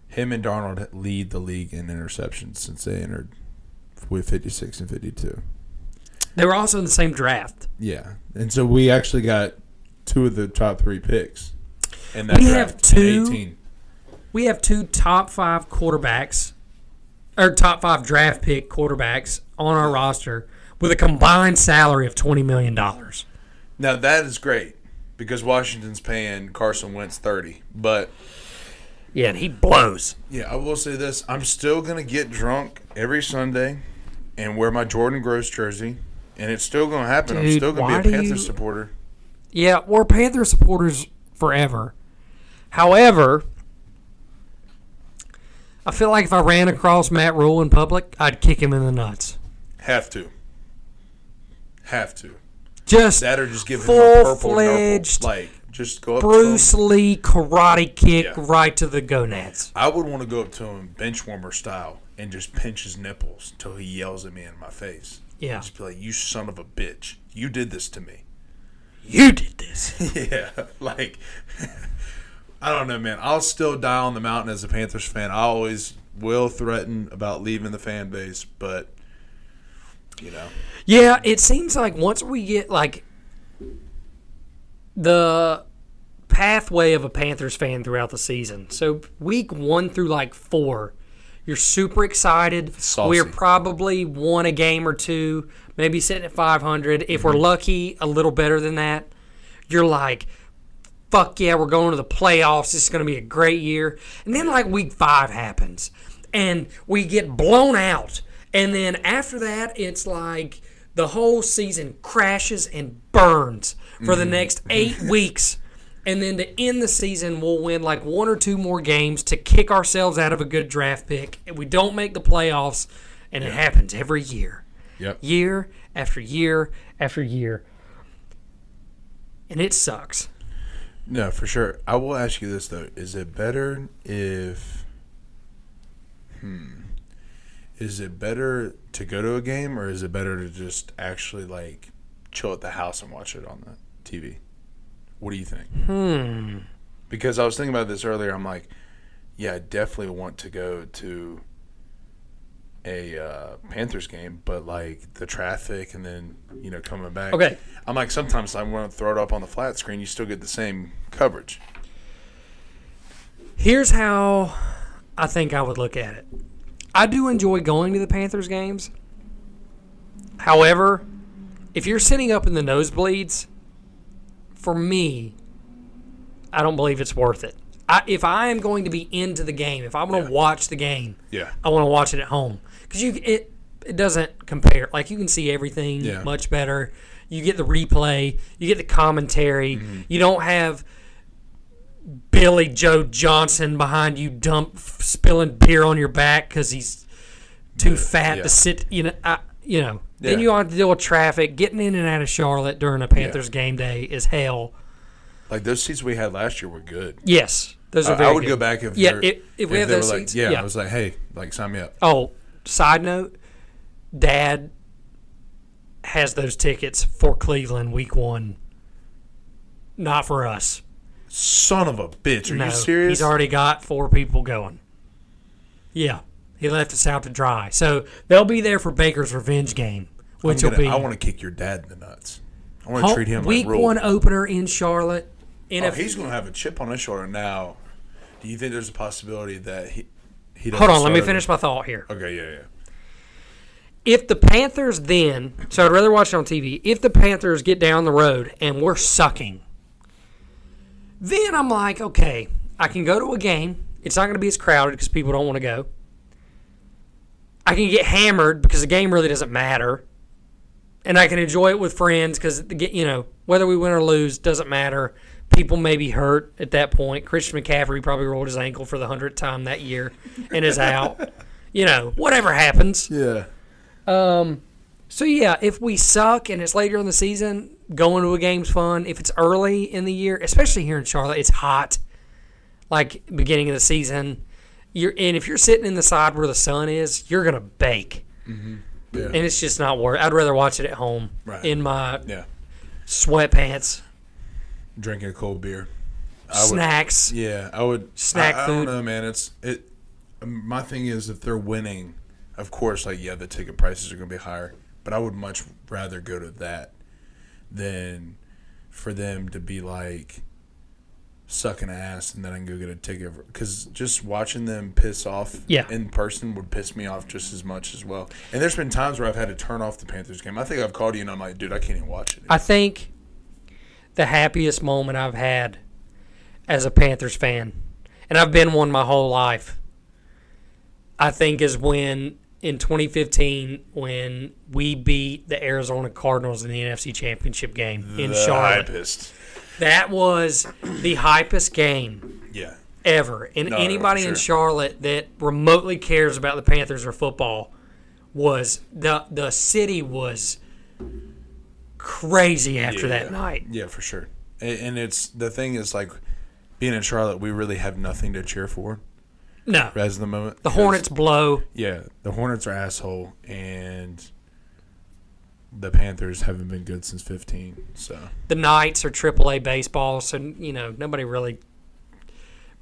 Speaker 3: him and Darnold lead the league in interceptions since they entered with fifty six and fifty two.
Speaker 1: They were also in the same draft.
Speaker 3: Yeah, and so we actually got two of the top three picks.
Speaker 2: And that
Speaker 1: We
Speaker 2: draft.
Speaker 1: have two.
Speaker 3: Eighteen.
Speaker 1: We have two top five quarterbacks, or top five draft pick quarterbacks on our roster with a combined salary of twenty million dollars.
Speaker 2: Now that is great because Washington's paying Carson Wentz thirty. But
Speaker 1: Yeah, and he blows.
Speaker 2: yeah, I will say this: I'm still gonna get drunk every Sunday and wear my Jordan Gross jersey, and it's still gonna happen. I'm
Speaker 1: Dude,
Speaker 2: still
Speaker 1: why
Speaker 2: gonna be
Speaker 1: do
Speaker 2: a Panthers
Speaker 1: you-
Speaker 2: supporter.
Speaker 1: Yeah, we're Panther supporters forever. However, I feel like if I ran across Matt Rule in public, I'd kick him in the nuts.
Speaker 2: Have to. Have to.
Speaker 1: Just
Speaker 2: That or just give him a purple knuckle.
Speaker 1: Full-fledged
Speaker 2: Like just go up to him.
Speaker 1: Bruce Lee karate kick
Speaker 2: Yeah.
Speaker 1: right to the gonads.
Speaker 2: I would want to go up to him bench warmer style and just pinch his nipples till he yells at me in my face.
Speaker 1: Yeah.
Speaker 2: Just be like, "You son of a bitch! You did this to me."
Speaker 1: You did this.
Speaker 2: yeah, like I don't know, man. I'll still die on the mountain as a Panthers fan. I always will threaten about leaving the fan base, but you know,
Speaker 1: yeah, it seems like once we get like the pathway of a Panthers fan throughout the season. So week 1 through like 4, you're super excited.
Speaker 2: Saucy.
Speaker 1: We're probably won a game or two, maybe sitting at 500. If we're lucky, a little better than that. You're like fuck yeah, we're going to the playoffs. It's going to be a great year. And then like week five happens, and we get blown out. And then after that, it's like the whole season crashes and burns for the next eight weeks. And then to end the season, we'll win like one or two more games to kick ourselves out of a good draft pick. And we don't make the playoffs, and it happens every year
Speaker 3: Yep.
Speaker 1: year after year after year. And it sucks.
Speaker 2: no, for sure. I will ask you this though: Is it better if? Hmm. Is it better to go to a game, or is it better to just actually like chill at the house and watch it on the TV? What do you think?
Speaker 1: Hmm.
Speaker 2: because I was thinking about this earlier. I'm like, yeah, I definitely want to go to a uh, Panthers game, but like the traffic and then you know coming back.
Speaker 1: Okay.
Speaker 2: I'm like sometimes I want to throw it up on the flat screen. You still get the same coverage.
Speaker 1: Here's how I think I would look at it. I do enjoy going to the Panthers games. However, if you're sitting up in the nosebleeds, for me, I don't believe it's worth it. I, if I am going to be into the game, if I'm going to watch the game,
Speaker 2: Yeah.
Speaker 1: I want to watch it at home because you it it doesn't compare. Like you can see everything
Speaker 3: Yeah.
Speaker 1: much better. You get the replay. You get the commentary. You don't have Billy Joe Johnson behind you, dump spilling beer on your back because he's too fat
Speaker 2: yeah.
Speaker 1: to sit. You know, I, you know. Then
Speaker 2: Yeah.
Speaker 1: you have to deal with traffic. Getting in and out of Charlotte during a Panthers game day is hell.
Speaker 2: Like those seats we had last year were good.
Speaker 1: Yes, those are.
Speaker 2: I-
Speaker 1: Very
Speaker 2: I would
Speaker 1: good.
Speaker 2: go back if
Speaker 1: Yeah,
Speaker 2: they're-
Speaker 1: if- if we have
Speaker 2: they were
Speaker 1: those
Speaker 2: like,
Speaker 1: seats,
Speaker 2: yeah,
Speaker 1: yeah.
Speaker 2: I was like, hey, like sign me up.
Speaker 1: Oh, side note, Dad has those tickets for Cleveland week one. Not for us.
Speaker 2: Son of a bitch, are
Speaker 1: no,
Speaker 2: you serious?
Speaker 1: he's already got four people going. Yeah, he left us out to dry. So they'll be there for Baker's revenge game,
Speaker 2: I'm
Speaker 1: which will
Speaker 2: gonna-
Speaker 1: be
Speaker 2: I want to kick your dad in the nuts. I want to
Speaker 1: home-
Speaker 2: treat him
Speaker 1: week
Speaker 2: like Raoul.
Speaker 1: one opener in Charlotte.
Speaker 2: Oh,
Speaker 1: NFL.
Speaker 2: he's going to have a chip on his shoulder now. Do you think there's a possibility that he he? doesn't
Speaker 1: Hold on, let
Speaker 2: start
Speaker 1: me
Speaker 2: over?
Speaker 1: finish my thought here.
Speaker 2: Okay, yeah, yeah.
Speaker 1: if the Panthers then, so I'd rather watch it on TV. If the Panthers get down the road and we're sucking, then I'm like, okay, I can go to a game. It's not going to be as crowded because people don't want to go. I can get hammered because the game really doesn't matter, and I can enjoy it with friends because you know whether we win or lose doesn't matter. People may be hurt at that point. Christian McCaffrey probably rolled his ankle for the hundredth time that year and is out. you know, whatever happens.
Speaker 4: Yeah.
Speaker 1: So yeah, if we suck and it's later in the season, going to a game's fun. If it's early in the year, especially here in Charlotte, it's hot. Like beginning of the season, you're and if you're sitting in the side where the sun is, you're gonna bake,
Speaker 2: Mm-hmm. Yeah.
Speaker 1: and it's just not worth. I'd rather watch it at home
Speaker 2: Right.
Speaker 1: in my
Speaker 4: Yeah.
Speaker 1: sweatpants,
Speaker 2: Drinking a cold beer. would-
Speaker 1: snacks.
Speaker 2: Yeah, I would
Speaker 1: Snack
Speaker 2: I, I
Speaker 1: food.
Speaker 2: don't know, man. It's it. My thing is, if they're winning, of course, like yeah, the ticket prices are going to be higher. But I would much rather go to that than for them to be like sucking ass and then I can go get a ticket because just watching them piss off
Speaker 1: Yeah.
Speaker 2: in person would piss me off just as much as well. And there's been times where I've had to turn off the Panthers game. I think I've called you and I'm like, dude, I can't even watch it.
Speaker 1: I think the happiest moment I've had as a Panthers fan, and I've been one my whole life, I think is when in 2015 when we beat the Arizona Cardinals in the NFC Championship game in
Speaker 2: The
Speaker 1: Charlotte.
Speaker 2: hypest.
Speaker 1: That was the hypest game
Speaker 2: Yeah.
Speaker 1: ever. And
Speaker 4: No,
Speaker 1: anybody
Speaker 4: for
Speaker 1: in
Speaker 4: sure.
Speaker 1: Charlotte that remotely cares about the Panthers or football was the the city was crazy after that night.
Speaker 2: Yeah, for sure. A- And it's the thing is like being in Charlotte, we really have nothing to cheer for
Speaker 1: No.
Speaker 2: as of the moment.
Speaker 1: The Hornets blow.
Speaker 2: Yeah, the Hornets are asshole, and the Panthers haven't been good since fifteen. So
Speaker 1: The Knights are AAA baseball, so you know nobody really.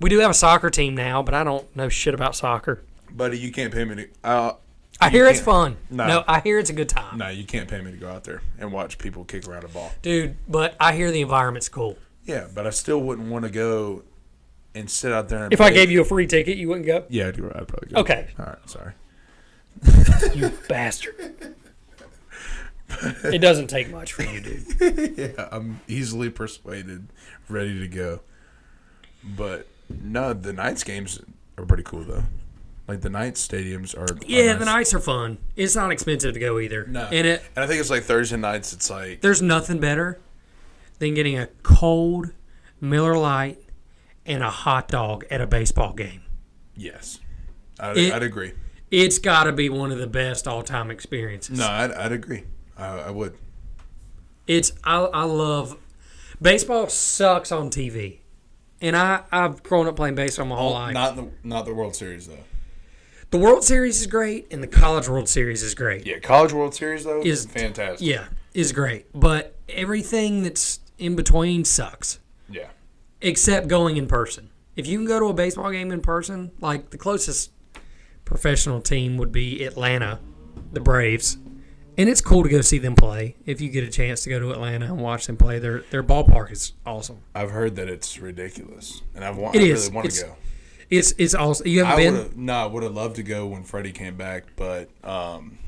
Speaker 1: We do have a soccer team now, but I don't know shit about soccer.
Speaker 2: buddy, you can't pay me to. Uh,
Speaker 1: I hear it's fun.
Speaker 2: can't-
Speaker 1: No.
Speaker 2: no.
Speaker 1: I hear it's a good time,
Speaker 2: no, you can't pay me to go out there and watch people kick around a ball.
Speaker 1: dude. But I hear the environment's cool.
Speaker 2: Yeah, but I still wouldn't want to go and sit out there. And
Speaker 1: If I
Speaker 2: pay-
Speaker 1: gave you a free ticket, you wouldn't go.
Speaker 2: yeah, I'd go- I'd probably go.
Speaker 1: Okay.
Speaker 2: all right, sorry.
Speaker 1: You bastard. It doesn't take much for you, dude.
Speaker 2: Yeah, I'm easily persuaded, ready to go. But no, the Knights games are pretty cool though. Like the Knights stadiums are. are
Speaker 1: Yeah, the
Speaker 2: nice.
Speaker 1: nights are fun. It's not expensive to go either.
Speaker 2: No.
Speaker 1: And it
Speaker 2: And I think it's like Thursday nights. It's like
Speaker 1: there's nothing better than getting a cold Miller Lite and a hot dog at a baseball game.
Speaker 2: yes, I'd,
Speaker 1: It-
Speaker 2: I'd agree.
Speaker 1: It's got to be one of the best all time experiences.
Speaker 2: No, I'd, I'd agree. I, I would.
Speaker 1: It's I, I love baseball sucks on TV, and I I've grown up playing baseball my
Speaker 2: Oh,
Speaker 1: whole life.
Speaker 2: Not the not the World Series though.
Speaker 1: the World Series is great, and the College World Series is great.
Speaker 2: Yeah, College World Series though
Speaker 1: Is-
Speaker 2: fantastic.
Speaker 1: Yeah, is great, but everything that's in between sucks.
Speaker 2: yeah.
Speaker 1: except going in person. If you can go to a baseball game in person, like the closest professional team would be Atlanta, the Braves. And it's cool to go see them play if you get a chance to go to Atlanta and watch them play. Their their ballpark is awesome.
Speaker 2: I've heard that it's ridiculous, and I've want,
Speaker 1: It
Speaker 2: I
Speaker 1: is.
Speaker 2: really want
Speaker 1: It's-
Speaker 2: to go.
Speaker 1: It's it's awesome. You haven't
Speaker 2: I would
Speaker 1: been?
Speaker 2: have no, I would have loved to go when Freddie came back, but um,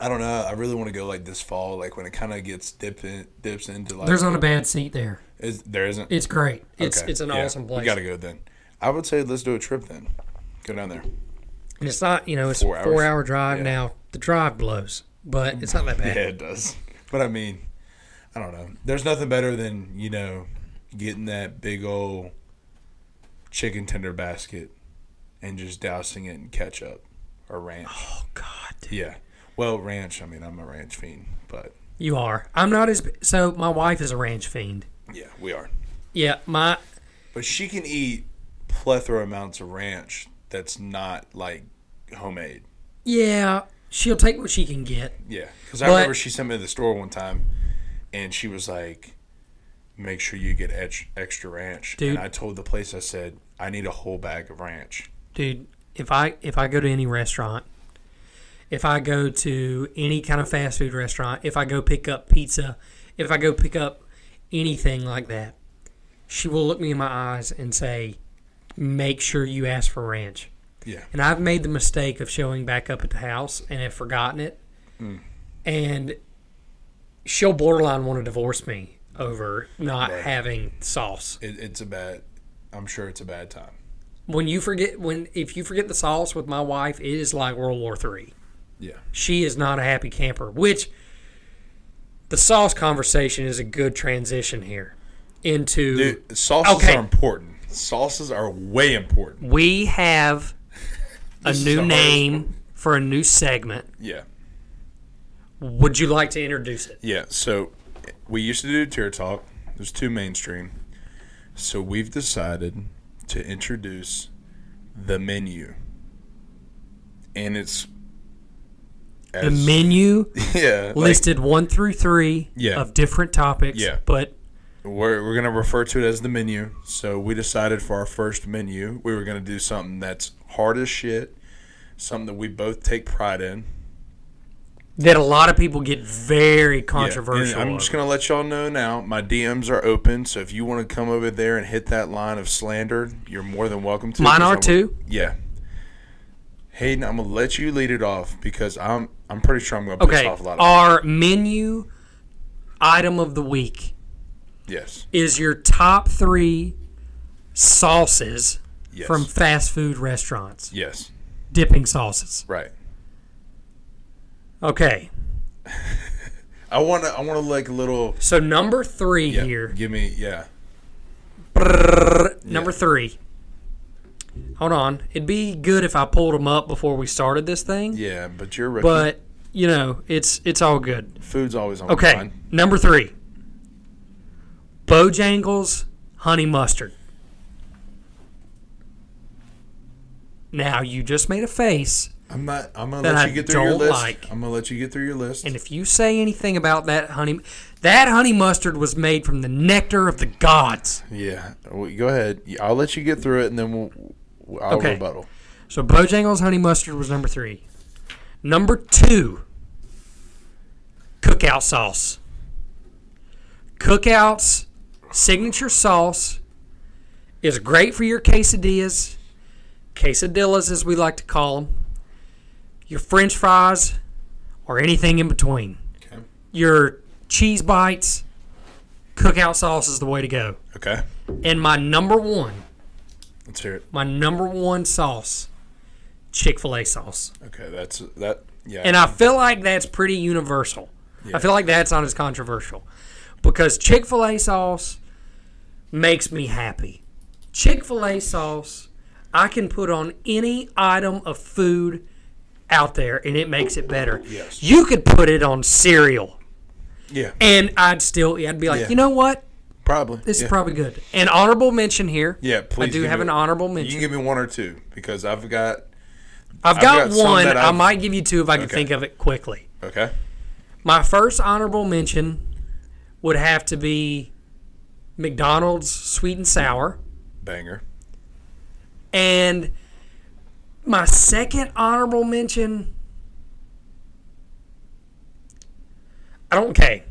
Speaker 2: I don't know. I really want to go like this fall, like when it kind of gets dip in, dips into like
Speaker 1: There's not a bad seat there.
Speaker 2: is, there isn't.
Speaker 1: It's great. It's
Speaker 2: Okay,
Speaker 1: it's an
Speaker 2: yeah,
Speaker 1: awesome place.
Speaker 2: We gotta go then. I would say let's do a trip then. Go down there.
Speaker 1: and it's not you know it's
Speaker 2: Four
Speaker 1: a
Speaker 2: hours.
Speaker 1: four hour drive
Speaker 2: Yeah.
Speaker 1: now. The drive blows, but it's not that bad.
Speaker 2: Yeah, it does. But I mean, I don't know. There's nothing better than you know getting that big old chicken tender basket and just dousing it in ketchup or ranch.
Speaker 1: Oh God, dude.
Speaker 2: Yeah. Well, ranch. I mean, I'm a ranch fiend, but
Speaker 1: you are. I'm not as so. My wife is a ranch fiend.
Speaker 2: yeah, we are.
Speaker 1: Yeah, my
Speaker 2: But she can eat plethora amounts of ranch that's not like homemade.
Speaker 1: Yeah, she'll take what she can get.
Speaker 2: Yeah, because I
Speaker 1: But-
Speaker 2: remember she sent me to the store one time, and she was like, "Make sure you get etch- extra ranch."
Speaker 1: Dude.
Speaker 2: And I told the place, I said, "I need a whole bag of ranch."
Speaker 1: Dude, if I if I go to any restaurant, if I go to any kind of fast food restaurant, if I go pick up pizza, if I go pick up anything like that, she will look me in my eyes and say, "Make sure you ask for ranch."
Speaker 2: Yeah,
Speaker 1: And I've made the mistake of showing back up at the house and have forgotten it.
Speaker 2: Hmm.
Speaker 1: And she'll borderline want to divorce me over not
Speaker 2: Right.
Speaker 1: having sauce.
Speaker 2: it, it's a bad. I'm sure it's a bad time.
Speaker 1: when you forget when if you forget the sauce with my wife, it is like World War Three.
Speaker 2: Yeah,
Speaker 1: She is not a happy camper. Which the sauce conversation is a good transition here into
Speaker 2: dude, sauces
Speaker 1: Okay.
Speaker 2: are important. Sauces are way important.
Speaker 1: we have a
Speaker 2: This is the
Speaker 1: new
Speaker 2: hardest
Speaker 1: name for a new segment.
Speaker 2: Yeah.
Speaker 1: Would you like to introduce it?
Speaker 2: Yeah. So we used to do Tier Talk. There's two mainstream. So we've decided to introduce the menu. And it's
Speaker 1: The
Speaker 2: as-
Speaker 1: menu
Speaker 2: Yeah. like,
Speaker 1: listed one through three
Speaker 2: Yeah.
Speaker 1: of different topics.
Speaker 2: Yeah.
Speaker 1: But
Speaker 2: we're we're gonna refer to it as the menu. So we decided for our first menu we were gonna do something that's hard as shit, something that we both take pride in.
Speaker 1: that a lot of people get very
Speaker 2: Yeah,
Speaker 1: controversial.
Speaker 2: and I'm just
Speaker 1: over.
Speaker 2: gonna let y'all know now. My DMs are open, so if you want to come over there and hit that line of slander, you're more than welcome to.
Speaker 1: Mine
Speaker 2: 'cause
Speaker 1: are
Speaker 2: I'm-
Speaker 1: too.
Speaker 2: Yeah. Hayden, I'm gonna let you lead it off because I'm I'm pretty sure I'm gonna piss
Speaker 1: Okay.
Speaker 2: off a lot of
Speaker 1: Our menu item of the week
Speaker 2: yes
Speaker 1: is your top three sauces
Speaker 2: yes
Speaker 1: from fast food restaurants.
Speaker 2: yes
Speaker 1: Dipping sauces.
Speaker 2: right.
Speaker 1: Okay.
Speaker 2: I wanna I wanna like a little
Speaker 1: So number three
Speaker 2: yeah,
Speaker 1: here.
Speaker 2: Give me yeah
Speaker 1: Number three. Hold on. It'd be good if I pulled them up before we started this thing.
Speaker 2: yeah, but you're rookie.
Speaker 1: But you know, it's it's all good.
Speaker 2: food's always on
Speaker 1: Okay.
Speaker 2: the line.
Speaker 1: Number three. Bojangles honey mustard. Now you just made a face,
Speaker 2: I'm not. I'm gonna
Speaker 1: That
Speaker 2: let
Speaker 1: I
Speaker 2: you get through your
Speaker 1: don't
Speaker 2: list.
Speaker 1: like.
Speaker 2: I'm gonna let you get through your list.
Speaker 1: and if you say anything about that honey, that honey mustard was made from the nectar of the gods.
Speaker 2: yeah, well, go ahead. Yeah, I'll let you get through it, and then we'll. I'll
Speaker 1: Okay.
Speaker 2: rebuttal.
Speaker 1: So Bojangles honey mustard was number three. Number two, cookout sauce. Cookouts signature sauce is great for your quesadillas, quesadillas as we like to call them, your French fries, or anything in between.
Speaker 2: Okay.
Speaker 1: Your cheese bites, cookout sauce is the way to go.
Speaker 2: Okay.
Speaker 1: And my number one
Speaker 2: Let's hear it.
Speaker 1: my number one sauce, Chick fil A sauce.
Speaker 2: Okay, that's that. Yeah.
Speaker 1: And I feel like that's pretty universal. I feel like that's not as controversial because Chick fil A sauce makes me happy. Chick fil A sauce, I can put on any item of food out there and it makes it better.
Speaker 2: Yes.
Speaker 1: You could put it on cereal
Speaker 2: yeah.
Speaker 1: and I'd still, I'd be like,
Speaker 2: Yeah.
Speaker 1: you know what?
Speaker 2: Probably.
Speaker 1: This
Speaker 2: yeah.
Speaker 1: is probably good. An honorable mention here.
Speaker 2: Yeah, please
Speaker 1: I do
Speaker 2: give
Speaker 1: have
Speaker 2: me-
Speaker 1: an honorable
Speaker 2: you
Speaker 1: mention.
Speaker 2: can give me one or two because I've got.
Speaker 1: I've got,
Speaker 2: got some
Speaker 1: one.
Speaker 2: that
Speaker 1: I
Speaker 2: I've-
Speaker 1: might give you two if I can
Speaker 2: Okay.
Speaker 1: think of it quickly.
Speaker 2: Okay.
Speaker 1: My first honorable mention would have to be McDonald's sweet and sour,
Speaker 2: Banger.
Speaker 1: and my second honorable mention. I don't care.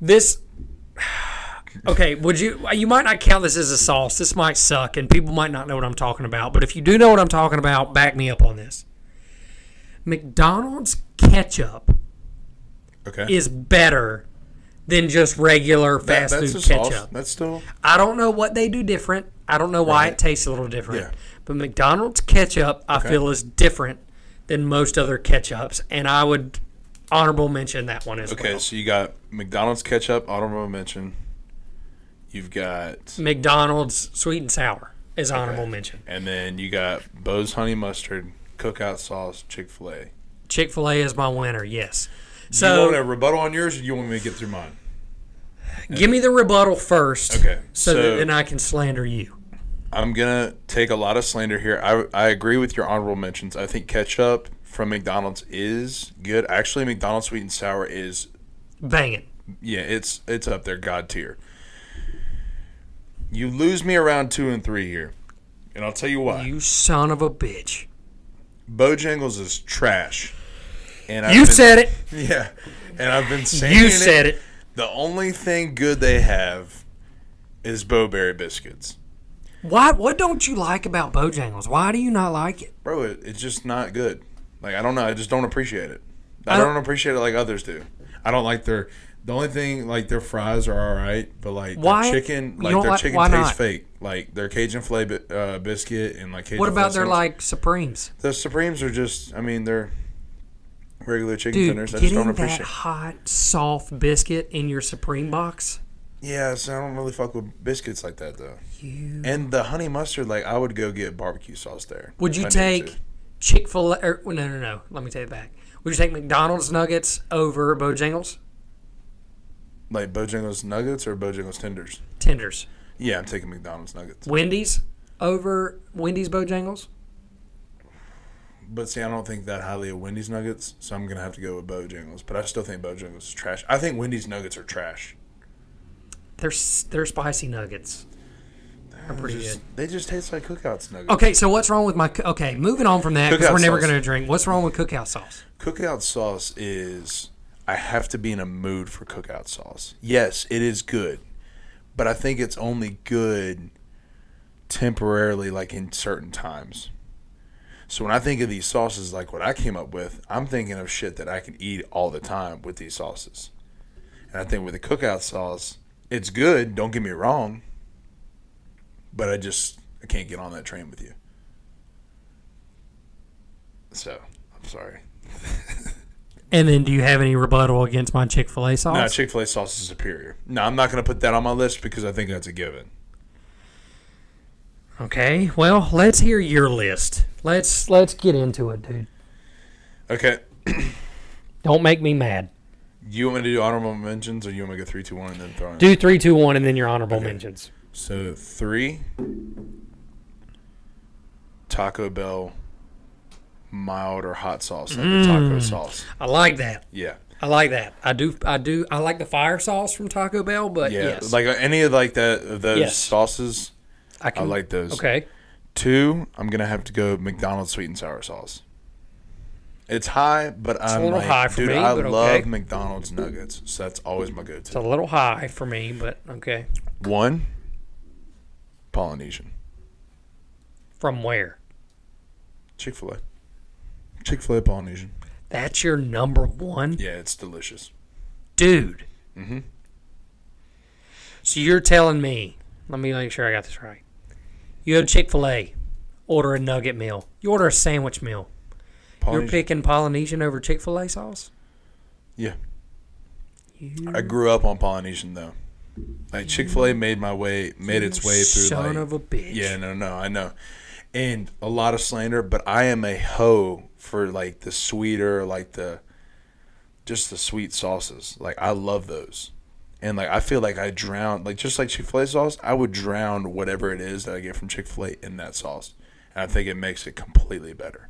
Speaker 1: this. Okay, would you? You might not count this as a sauce. This might suck, and people might not know what I'm talking about. But if you do know what I'm talking about, back me up on this. McDonald's ketchup
Speaker 2: Okay.
Speaker 1: is better than just regular
Speaker 2: That-
Speaker 1: fast
Speaker 2: that's
Speaker 1: food
Speaker 2: a sauce.
Speaker 1: ketchup.
Speaker 2: That's still.
Speaker 1: I don't know what they do different. I don't know why it
Speaker 2: Right.
Speaker 1: tastes a little different.
Speaker 2: Yeah.
Speaker 1: But McDonald's ketchup, I feel, is different than most other ketchups, and I would honorable mention that one as
Speaker 2: Okay,
Speaker 1: well.
Speaker 2: so you got McDonald's ketchup, honorable mention. You've got.
Speaker 1: McDonald's sweet and sour is honorable mention.
Speaker 2: And then you got Bo's honey mustard, cookout sauce, Chick fil A.
Speaker 1: Chick Fil A is my winner. Yes.
Speaker 2: you want a
Speaker 1: So
Speaker 2: rebuttal on yours, or you want me to get through mine?
Speaker 1: give me the rebuttal first,
Speaker 2: Okay,
Speaker 1: so, that
Speaker 2: so-
Speaker 1: then I can slander you.
Speaker 2: I'm gonna take a lot of slander here. I, I agree with your honorable mentions. I think ketchup from McDonald's is good. Actually, McDonald's sweet and sour is
Speaker 1: Bang it.
Speaker 2: yeah, it's it's up there, god tier. You lose me around two and three here, and I'll tell you why.
Speaker 1: You son of a bitch.
Speaker 2: Bojangles is trash. And I've
Speaker 1: You
Speaker 2: been-
Speaker 1: said it.
Speaker 2: yeah, and I've been saying
Speaker 1: You said it.
Speaker 2: The only thing good they have is Bowberry biscuits.
Speaker 1: Why? What don't you like about Bojangles? Why do you not like it?
Speaker 2: bro, it, it's just not good. Like I don't know, I just don't appreciate it. I, don't, appreciate it like others do.
Speaker 3: I don't like their. The only thing like their fries are all right, but like their
Speaker 1: Why-
Speaker 3: chicken,
Speaker 2: Like
Speaker 1: don't
Speaker 2: their
Speaker 1: like-
Speaker 2: chicken
Speaker 1: why
Speaker 2: tastes
Speaker 1: not?
Speaker 2: fake. Like their Cajun flay bi- uh, biscuit and like Cajun
Speaker 1: What about
Speaker 2: flay
Speaker 1: their
Speaker 2: sandwich.
Speaker 1: like Supremes?
Speaker 2: The Supremes are just. I mean, they're regular chicken
Speaker 1: Dude,
Speaker 2: tenders. I just
Speaker 1: getting
Speaker 2: don't
Speaker 1: that
Speaker 2: appreciate.
Speaker 1: hot soft biscuit in your Supreme box
Speaker 2: Yeah, so I don't really fuck with biscuits like that though.
Speaker 1: You
Speaker 2: And the honey mustard, like I would go get barbecue sauce there.
Speaker 1: Would
Speaker 2: if
Speaker 1: you
Speaker 2: I needed
Speaker 1: take
Speaker 2: to.
Speaker 1: Chick fil A? No, no, no. Let me take it back. Would you take McDonald's nuggets over Bojangles?
Speaker 2: like Bojangles nuggets or Bojangles tenders?
Speaker 1: Tenders.
Speaker 2: Yeah, I'm taking McDonald's nuggets.
Speaker 1: Wendy's over Wendy's Bojangles?
Speaker 2: But see, I don't think that highly of Wendy's nuggets, so I'm gonna have to go with Bojangles. But I still think Bojangles is trash. I think Wendy's nuggets are trash.
Speaker 1: They're, s- they're spicy nuggets. They're pretty
Speaker 2: Just-
Speaker 1: good.
Speaker 2: They just taste like cookouts nuggets.
Speaker 1: Okay, so what's wrong with my. coo- Okay, moving on from that because
Speaker 2: Cookout
Speaker 1: we're never
Speaker 2: sauce.
Speaker 1: going to drink. What's wrong with cookout sauce?
Speaker 2: Cookout sauce is I have to be in a mood for cookout sauce. Yes, it is good. But I think it's only good temporarily like in certain times. So when I think of these sauces like what I came up with, I'm thinking of shit that I can eat all the time with these sauces. And I think with the cookout sauce, it's good, don't get me wrong. But I just I can't get on that train with you. So, I'm sorry.
Speaker 1: And then do you have any rebuttal against my Chick fil A sauce?
Speaker 2: No, Chick Fil A sauce is superior. No, I'm not going to put that on my list because I think that's a given.
Speaker 1: Okay, well, let's hear your list. Let's let's get into it, dude.
Speaker 2: Okay,
Speaker 1: Don't make me mad.
Speaker 2: you want me to do honorable mentions, or you want me to go three, two, one, and then throw in?
Speaker 1: Do three, two, one, and then your honorable mentions.
Speaker 2: So three, Taco Bell, mild or hot sauce, like the
Speaker 1: Mm.
Speaker 2: taco sauce.
Speaker 1: I like that.
Speaker 2: Yeah,
Speaker 1: I like that. I do. I do. I like the fire sauce from Taco Bell, but
Speaker 2: yeah.
Speaker 1: yes,
Speaker 2: Like uh, any of like that of those
Speaker 1: Yes.
Speaker 2: sauces, I
Speaker 1: can.
Speaker 2: like those.
Speaker 1: Okay,
Speaker 2: Two, I'm gonna have to go McDonald's sweet and sour sauce. It's high, but I'm
Speaker 1: a little
Speaker 2: like,
Speaker 1: high for
Speaker 2: dude,
Speaker 1: me,
Speaker 2: I
Speaker 1: but
Speaker 2: love
Speaker 1: okay.
Speaker 2: McDonald's nuggets, so that's always my go-to.
Speaker 1: it's a little high for me, but okay.
Speaker 2: One, Polynesian.
Speaker 1: From where?
Speaker 2: Chick fil A. Chick fil A Polynesian.
Speaker 1: That's your number one,
Speaker 2: Yeah, it's delicious.
Speaker 1: dude. Mm-hmm. So you're telling me? Let me make sure I got this right. You go to Chick Fil A, order a nugget meal. You order a sandwich meal. You're
Speaker 2: Polynesian.
Speaker 1: picking Polynesian over Chick Fil A sauce.
Speaker 2: yeah. I grew up on Polynesian though. Like Chick fil A made my way made its way through
Speaker 1: Son
Speaker 2: like,
Speaker 1: of a bitch.
Speaker 2: Yeah, no, no, I know. And a lot of slander, but I am a hoe for like the sweeter, like the just the sweet sauces. Like I love those. And like I feel like I drown like just like Chick-fil-A sauce, I would drown whatever it is that I get from Chick-fil-A in that sauce. And I think it makes it completely better.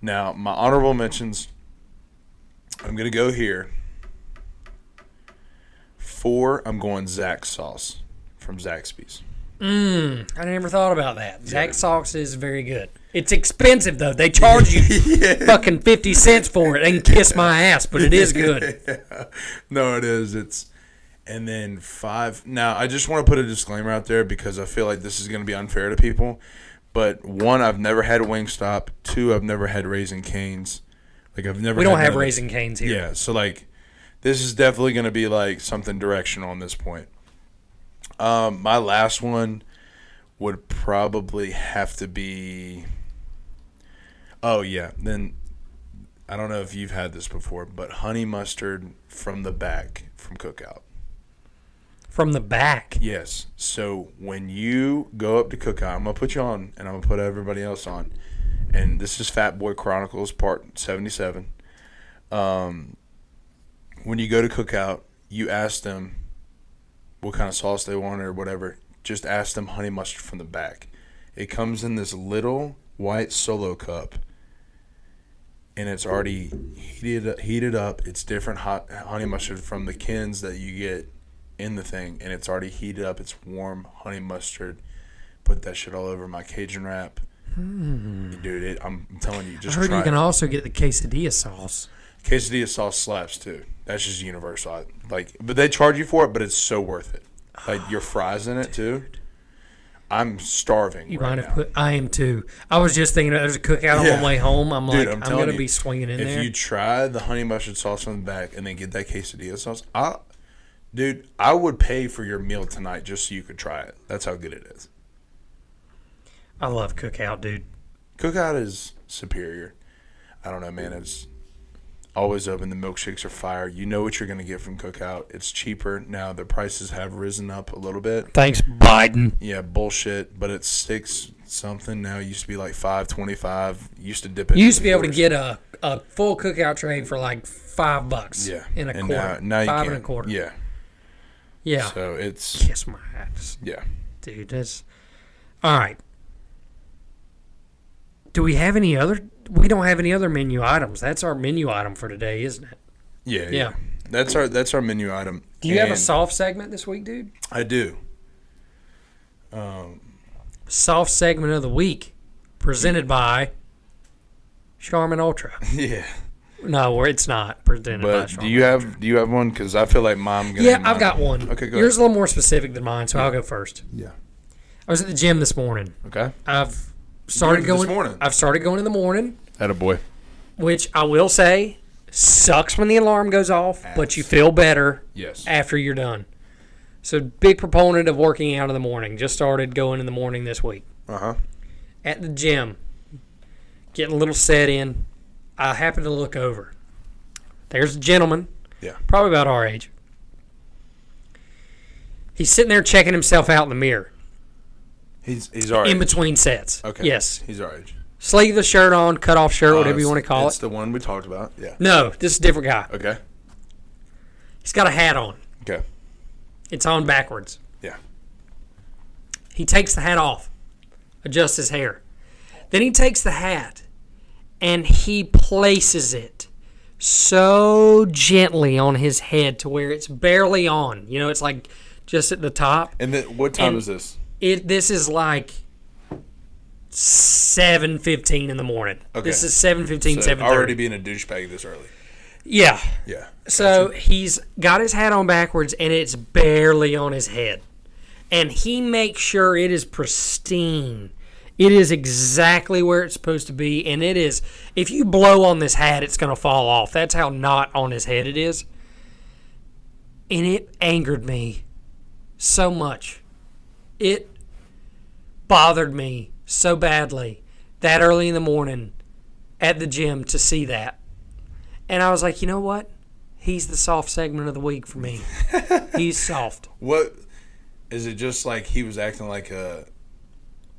Speaker 2: Now, my honorable mentions I'm going to go here. 4, I'm going Zach's sauce from Zaxby's.
Speaker 1: I never thought about that. Zach sauce is very good. It's expensive though. They charge you fucking fifty cents for it and kiss my ass, but it is good.
Speaker 2: No, it is. It's and then five. Now, I just want to put a disclaimer out there because I feel like this is going to be unfair to people. But one, I've never had Wingstop. Two, I've never had Raising Canes. Like I've never.
Speaker 1: We don't
Speaker 2: had
Speaker 1: have
Speaker 2: none of-
Speaker 1: raising canes here.
Speaker 2: Yeah, so like, this is definitely going to be like something directional on this point. Um, my last one would probably have to be. Oh yeah, then I don't know if you've had this before, but honey mustard from the back from Cookout.
Speaker 1: From the back.
Speaker 2: Yes. So when you go up to Cookout, I'm gonna put you on, and I'm gonna put everybody else on. And this is Fat Boy Chronicles Part 77. Um, when you go to Cookout, you ask them what kind of sauce they want or whatever. Just ask them honey mustard from the back. It comes in this little white solo cup, and it's already heated heated up. It's different hot honey mustard from the cans that you get in the thing and it's already heated up. It's warm honey mustard. Put that shit all over my Cajun wrap. Dude, it, I'm telling you,
Speaker 1: Hmm. I
Speaker 2: just
Speaker 1: heard
Speaker 2: try
Speaker 1: you can
Speaker 2: it.
Speaker 1: also get the quesadilla sauce.
Speaker 2: quesadilla sauce slaps too. That's just universal. I- Like, but they charge you for it, but it's so worth it. Like your fries in it too. I'm starving
Speaker 1: You
Speaker 2: right
Speaker 1: might have
Speaker 2: now.
Speaker 1: put I am too. I was just thinking there's a cookout on
Speaker 2: Yeah.
Speaker 1: my way home. I'm like,
Speaker 2: Dude,
Speaker 1: I'm,
Speaker 2: I'm, telling
Speaker 1: gonna
Speaker 2: you,
Speaker 1: be swinging in
Speaker 2: if
Speaker 1: there.
Speaker 2: you try the honey mustard sauce on the back and then get that quesadilla sauce, I, dude, I would pay for your meal tonight just so you could try it. That's how good it is.
Speaker 1: I love cookout, dude.
Speaker 2: Cookout is superior. I don't know, man. It's Always open. The milkshakes are fire. You know what you're going to get from Cookout. It's cheaper now. The prices have risen up a little bit.
Speaker 1: Thanks, Biden.
Speaker 2: Yeah, bullshit. But it's six something now. It used to be like five twenty five. Used to dip.
Speaker 1: You
Speaker 2: into
Speaker 1: used to be
Speaker 2: the
Speaker 1: able to
Speaker 2: quarters.
Speaker 1: get a, a full cookout tray for like five bucks.
Speaker 2: yeah
Speaker 1: In a
Speaker 2: and uh,
Speaker 1: quarter.
Speaker 2: Now, now you
Speaker 1: five
Speaker 2: can.
Speaker 1: and a quarter.
Speaker 2: Yeah.
Speaker 1: Yeah.
Speaker 2: So it's
Speaker 1: Kiss my ass.
Speaker 2: yeah.
Speaker 1: Dude, that's all right. Do we have any other? We don't have any other menu items. That's our menu item for today, isn't it?
Speaker 2: Yeah, yeah.
Speaker 1: Yeah.
Speaker 2: That's our that's our menu item.
Speaker 1: Do you have a
Speaker 2: And
Speaker 1: soft segment this week, dude?
Speaker 2: I do.
Speaker 1: Soft segment of the week, presented by Charmin Ultra.
Speaker 2: Yeah.
Speaker 1: No, where it's not presented by
Speaker 2: But do
Speaker 1: Charmin.
Speaker 2: you have do you have one? Because I feel like mom. Gonna
Speaker 1: yeah,
Speaker 2: have
Speaker 1: I've
Speaker 2: mine.
Speaker 1: got one.
Speaker 2: Okay, go
Speaker 1: Yours is a little more specific than mine, so I'll go first.
Speaker 2: Yeah.
Speaker 1: I was at the gym this morning.
Speaker 2: Okay.
Speaker 1: I've started
Speaker 2: You
Speaker 1: going.
Speaker 2: went this morning?
Speaker 1: I've started going in the morning.
Speaker 2: That a boy.
Speaker 1: which I will say sucks when the alarm goes off, but you feel better
Speaker 2: Yes.
Speaker 1: after you're done. So, big proponent of working out in the morning. Just started going in the morning this week
Speaker 2: Uh huh.
Speaker 1: at the gym, getting a little set in. I happen to look over. There's a gentleman,
Speaker 2: Yeah.
Speaker 1: probably about our age. He's sitting there checking himself out in the mirror
Speaker 2: He's he's all right.
Speaker 1: in between sets.
Speaker 2: okay.
Speaker 1: Yes.
Speaker 2: He's all right.
Speaker 1: Sleeveless shirt on, cut off shirt, whatever you want to call
Speaker 2: It's
Speaker 1: it.
Speaker 2: the one we talked about. Yeah.
Speaker 1: No, this is a different guy.
Speaker 2: Okay.
Speaker 1: He's got a hat on.
Speaker 2: Okay.
Speaker 1: It's on backwards.
Speaker 2: Yeah.
Speaker 1: He takes the hat off, adjusts his hair. Then he takes the hat and he places it so gently on his head to where it's barely on. You know, it's like just at the top.
Speaker 2: And then what time
Speaker 1: And-
Speaker 2: is this?
Speaker 1: It this is like 7:15 in the morning.
Speaker 2: Okay.
Speaker 1: This is 7:15,
Speaker 2: So
Speaker 1: 7:30.
Speaker 2: already being a douchebag this early.
Speaker 1: yeah.
Speaker 2: Yeah.
Speaker 1: So he's got his hat on backwards and it's barely on his head. And he makes sure it is pristine. It is exactly where it's supposed to be. And it is, if you blow on this hat, it's going to fall off. That's how not on his head it is. And it angered me so much. It bothered me so badly that early in the morning at the gym to see that. And I was like, you know what? He's the soft segment of the week for me. He's soft.
Speaker 2: What is it? Just like he was acting like a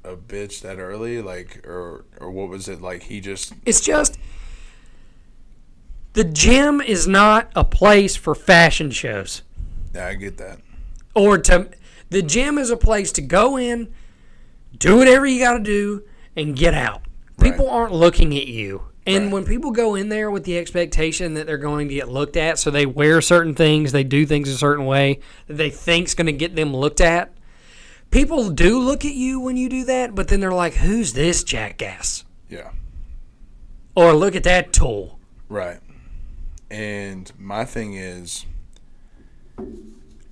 Speaker 2: a bitch that early, like or or what was it? Like he just
Speaker 1: It's just the gym is not a place for fashion shows
Speaker 2: Yeah, I get that.
Speaker 1: or to the gym is a place to go in, do whatever you got to do and get out. People aren't looking at you. And when people go in there with the expectation that they're going to get looked at, so they wear certain things, they do things a certain way that they think's going to get them looked at. People do look at you when you do that, but then they're like, "Who's this jackass?"
Speaker 2: Yeah.
Speaker 1: or "Look at that tool."
Speaker 2: Right. And my thing is,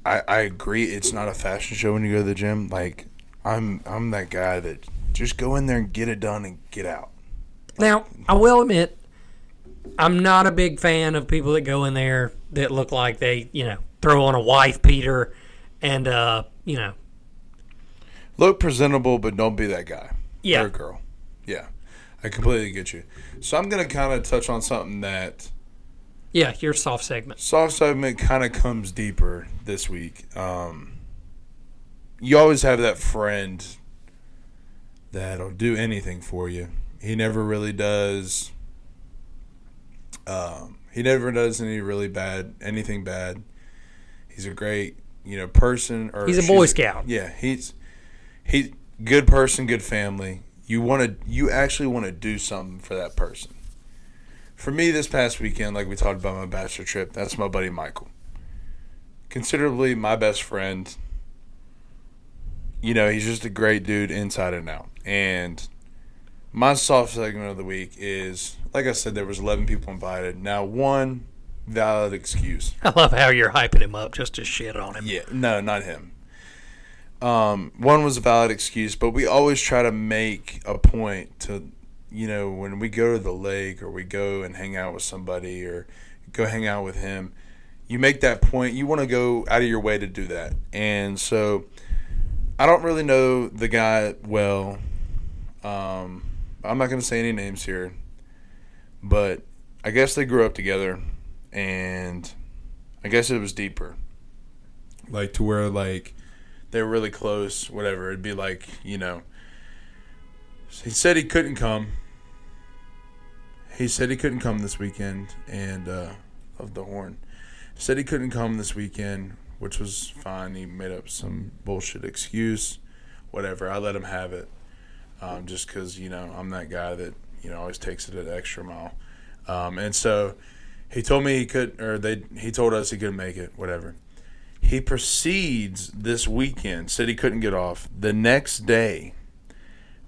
Speaker 2: I I agree. It's not a fashion show when you go to the gym. Like I'm I'm that guy that just go in there and get it done and get out.
Speaker 1: Now, I will admit, I'm not a big fan of people that go in there that look like they, you know, throw on a wife beater and, uh, you know,
Speaker 2: Look presentable, but don't be that guy.
Speaker 1: Yeah.
Speaker 2: Or girl. Yeah. I completely get you. So I'm gonna kind of touch on something that
Speaker 1: yeah, your soft segment.
Speaker 2: soft segment kind of comes deeper this week. Um, you always have that friend that'll do anything for you. He never really does. Um, he never does any really bad anything bad. He's a great you know person or
Speaker 1: He's a
Speaker 2: she's
Speaker 1: Boy Scout.
Speaker 2: yeah, he's he's good person, good family. You want to you actually want to do something for that person for me this past weekend, like we talked about my bachelor trip, that's my buddy Michael. Considerably my best friend. You know, he's just a great dude inside and out. And my soft segment of the week is like I said, there was eleven people invited. Now one valid excuse.
Speaker 1: I love how you're hyping him up just to shit on him.
Speaker 2: Yeah, no, not him. Um, one was a valid excuse, but we always try to make a point to, you know, when we go to the lake or we go and hang out with somebody or go hang out with him, you make that point. You want to go out of your way to do that. And so I don't really know the guy well. Um, I'm not going to say any names here, but
Speaker 5: I guess they grew up together, and I guess it was deeper.
Speaker 2: like to where like
Speaker 5: They were really close. Whatever. It'd be like you know.
Speaker 2: he said he couldn't come. He said he couldn't come this weekend, and uh, of the horn, said he couldn't come this weekend, which was fine. He made up some bullshit excuse, whatever. I let him have it, um, just because you know I'm that guy that you know always takes it an extra mile, um, and so he told me he could, or they he told us he couldn't make it, whatever. He proceeds this weekend, said he couldn't get off. The next day,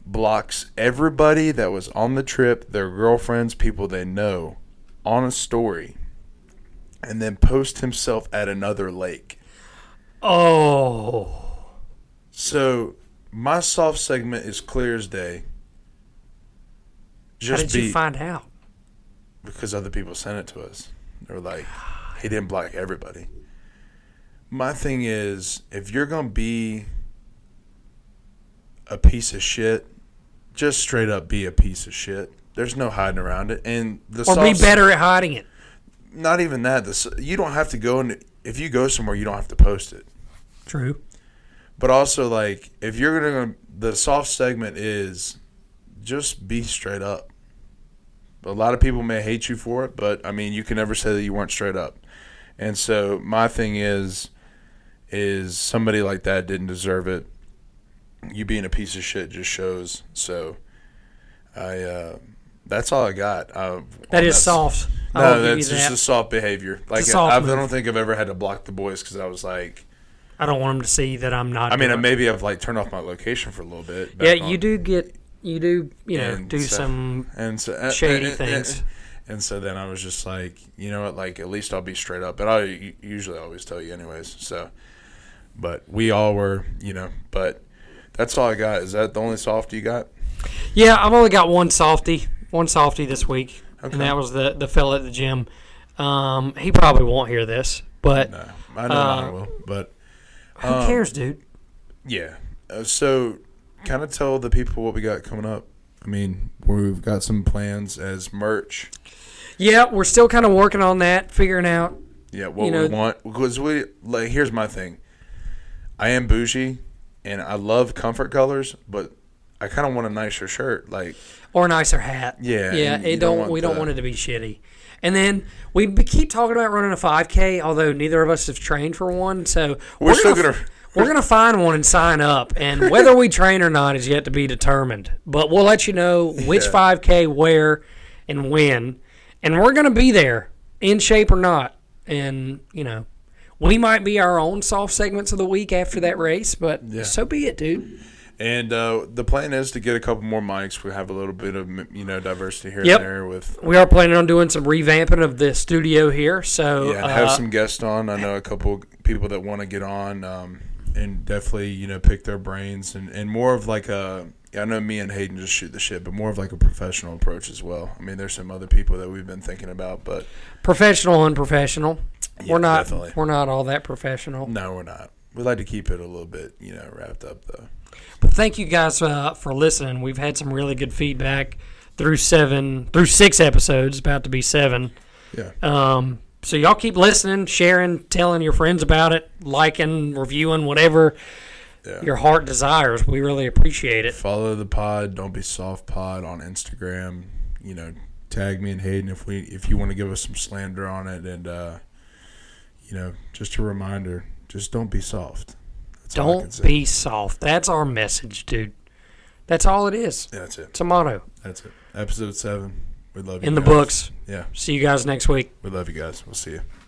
Speaker 2: blocks everybody that was on the trip, their girlfriends, people they know, on a story, and then posts himself at another lake.
Speaker 1: Oh,
Speaker 2: So my soft segment is clear as day.
Speaker 1: how
Speaker 2: Just
Speaker 1: did
Speaker 2: be
Speaker 1: you find out?
Speaker 2: because other people sent it to us. They were like, he didn't block everybody. My thing is, if you're gonna be a piece of shit, just straight up be a piece of shit. There's no hiding around it. And the
Speaker 1: Or be
Speaker 2: soft-
Speaker 1: better at hiding it.
Speaker 2: not even that. The, s- you don't have to go and if you go somewhere, you don't have to post it.
Speaker 1: True.
Speaker 2: But also, like, if you're gonna, the soft segment is just be straight up. A lot of people may hate you for it, but I mean, you can never say that you weren't straight up. And so, my thing is, is somebody like that didn't deserve it. You being a piece of shit just shows. So, I, uh, that's all I got. I,
Speaker 1: That is
Speaker 2: that's-
Speaker 1: soft. I
Speaker 2: No,
Speaker 1: will give
Speaker 2: that's
Speaker 1: you
Speaker 2: just
Speaker 1: that.
Speaker 2: a soft behavior. Like,
Speaker 1: a soft
Speaker 2: I've- I
Speaker 1: move.
Speaker 2: don't think I've ever had to block the boys because I was like,
Speaker 1: I don't want them to see that I'm not.
Speaker 2: I mean,
Speaker 1: doing-
Speaker 2: maybe I've like turned off my location for a little bit.
Speaker 1: yeah,
Speaker 2: back on-
Speaker 1: you do get, you do, you know,
Speaker 2: And
Speaker 1: do
Speaker 2: so-
Speaker 1: some.
Speaker 2: and so, uh,
Speaker 1: shady
Speaker 2: uh, uh, uh,
Speaker 1: things.
Speaker 2: And so then I was just like, you know what? Like, at least I'll be straight up. But I u- usually always tell you, anyways. So, but we all were, you know. But that's all I got. Is that the only soft you got?
Speaker 1: Yeah, I've only got one softy, one softy this week,
Speaker 2: Okay.
Speaker 1: and that was the the fella at the gym. Um, he probably won't hear this, but
Speaker 2: No, Um, I know I
Speaker 1: Uh,
Speaker 2: will. But
Speaker 1: who cares, dude?
Speaker 2: yeah. Uh, so, kind of tell the people what we got coming up. I mean, we've got some plans as merch.
Speaker 1: Yeah, we're still kind of working on that, figuring out.
Speaker 2: Yeah, what
Speaker 1: You know-
Speaker 2: we want because we like. Here's my thing. I am bougie, and I love comfort colors, but I kind of want a nicer shirt. Like,
Speaker 1: or nicer hat.
Speaker 2: Yeah,
Speaker 1: yeah.
Speaker 2: and you
Speaker 1: It
Speaker 2: don't
Speaker 1: don't.
Speaker 2: want
Speaker 1: we don't
Speaker 2: the-
Speaker 1: want it to be shitty. And then we b- keep talking about running a 5K, although neither of us have trained for one. So
Speaker 2: We're still
Speaker 1: gonna,
Speaker 2: gonna-
Speaker 1: we're gonna find one and sign up. And whether we train or not is yet to be determined. But we'll let you know which
Speaker 2: Yeah.
Speaker 1: 5K, where, and when. And we're gonna be there in shape or not. And you know, we might be our own soft segments of the week after that race. But so be it, dude.
Speaker 2: and uh, the plan is to get a couple more mics. We have a little bit of you know diversity here
Speaker 1: Yep.
Speaker 2: and there with
Speaker 1: We are planning on doing some revamping of the studio here. So
Speaker 2: yeah, and have
Speaker 1: uh,
Speaker 2: some guests on. I know a couple people that want to get on, um, and definitely you know pick their brains and and more of like a. I know me and Hayden just shoot the shit, but more of like a professional approach as well. I mean, there's some other people that we've been thinking about, but
Speaker 1: professional unprofessional.
Speaker 2: Yeah,
Speaker 1: we're not
Speaker 2: definitely.
Speaker 1: we're not all that professional.
Speaker 2: no, we're not. We like to keep it a little bit, you know, wrapped up though.
Speaker 1: But thank you guys uh, for listening. We've had some really good feedback through seven through six episodes, about to be seven.
Speaker 2: Yeah.
Speaker 1: Um, so y'all keep listening, sharing, telling your friends about it, liking, reviewing, whatever
Speaker 2: Yeah.
Speaker 1: your heart desires. We really appreciate it.
Speaker 2: Follow the pod. Don't be soft pod on Instagram. You know, tag me and Hayden if we if you want to give us some slander on it, and uh, you know, just a reminder, just don't be soft. That's all I can
Speaker 1: Don't
Speaker 2: say.
Speaker 1: be soft. That's our message, dude. That's all it is.
Speaker 2: Yeah, that's it.
Speaker 1: It's a motto
Speaker 2: That's it. Episode seven. We love you.
Speaker 1: in the
Speaker 2: guys.
Speaker 1: books.
Speaker 2: Yeah,
Speaker 1: See you guys next week.
Speaker 2: we love you guys. We'll see you.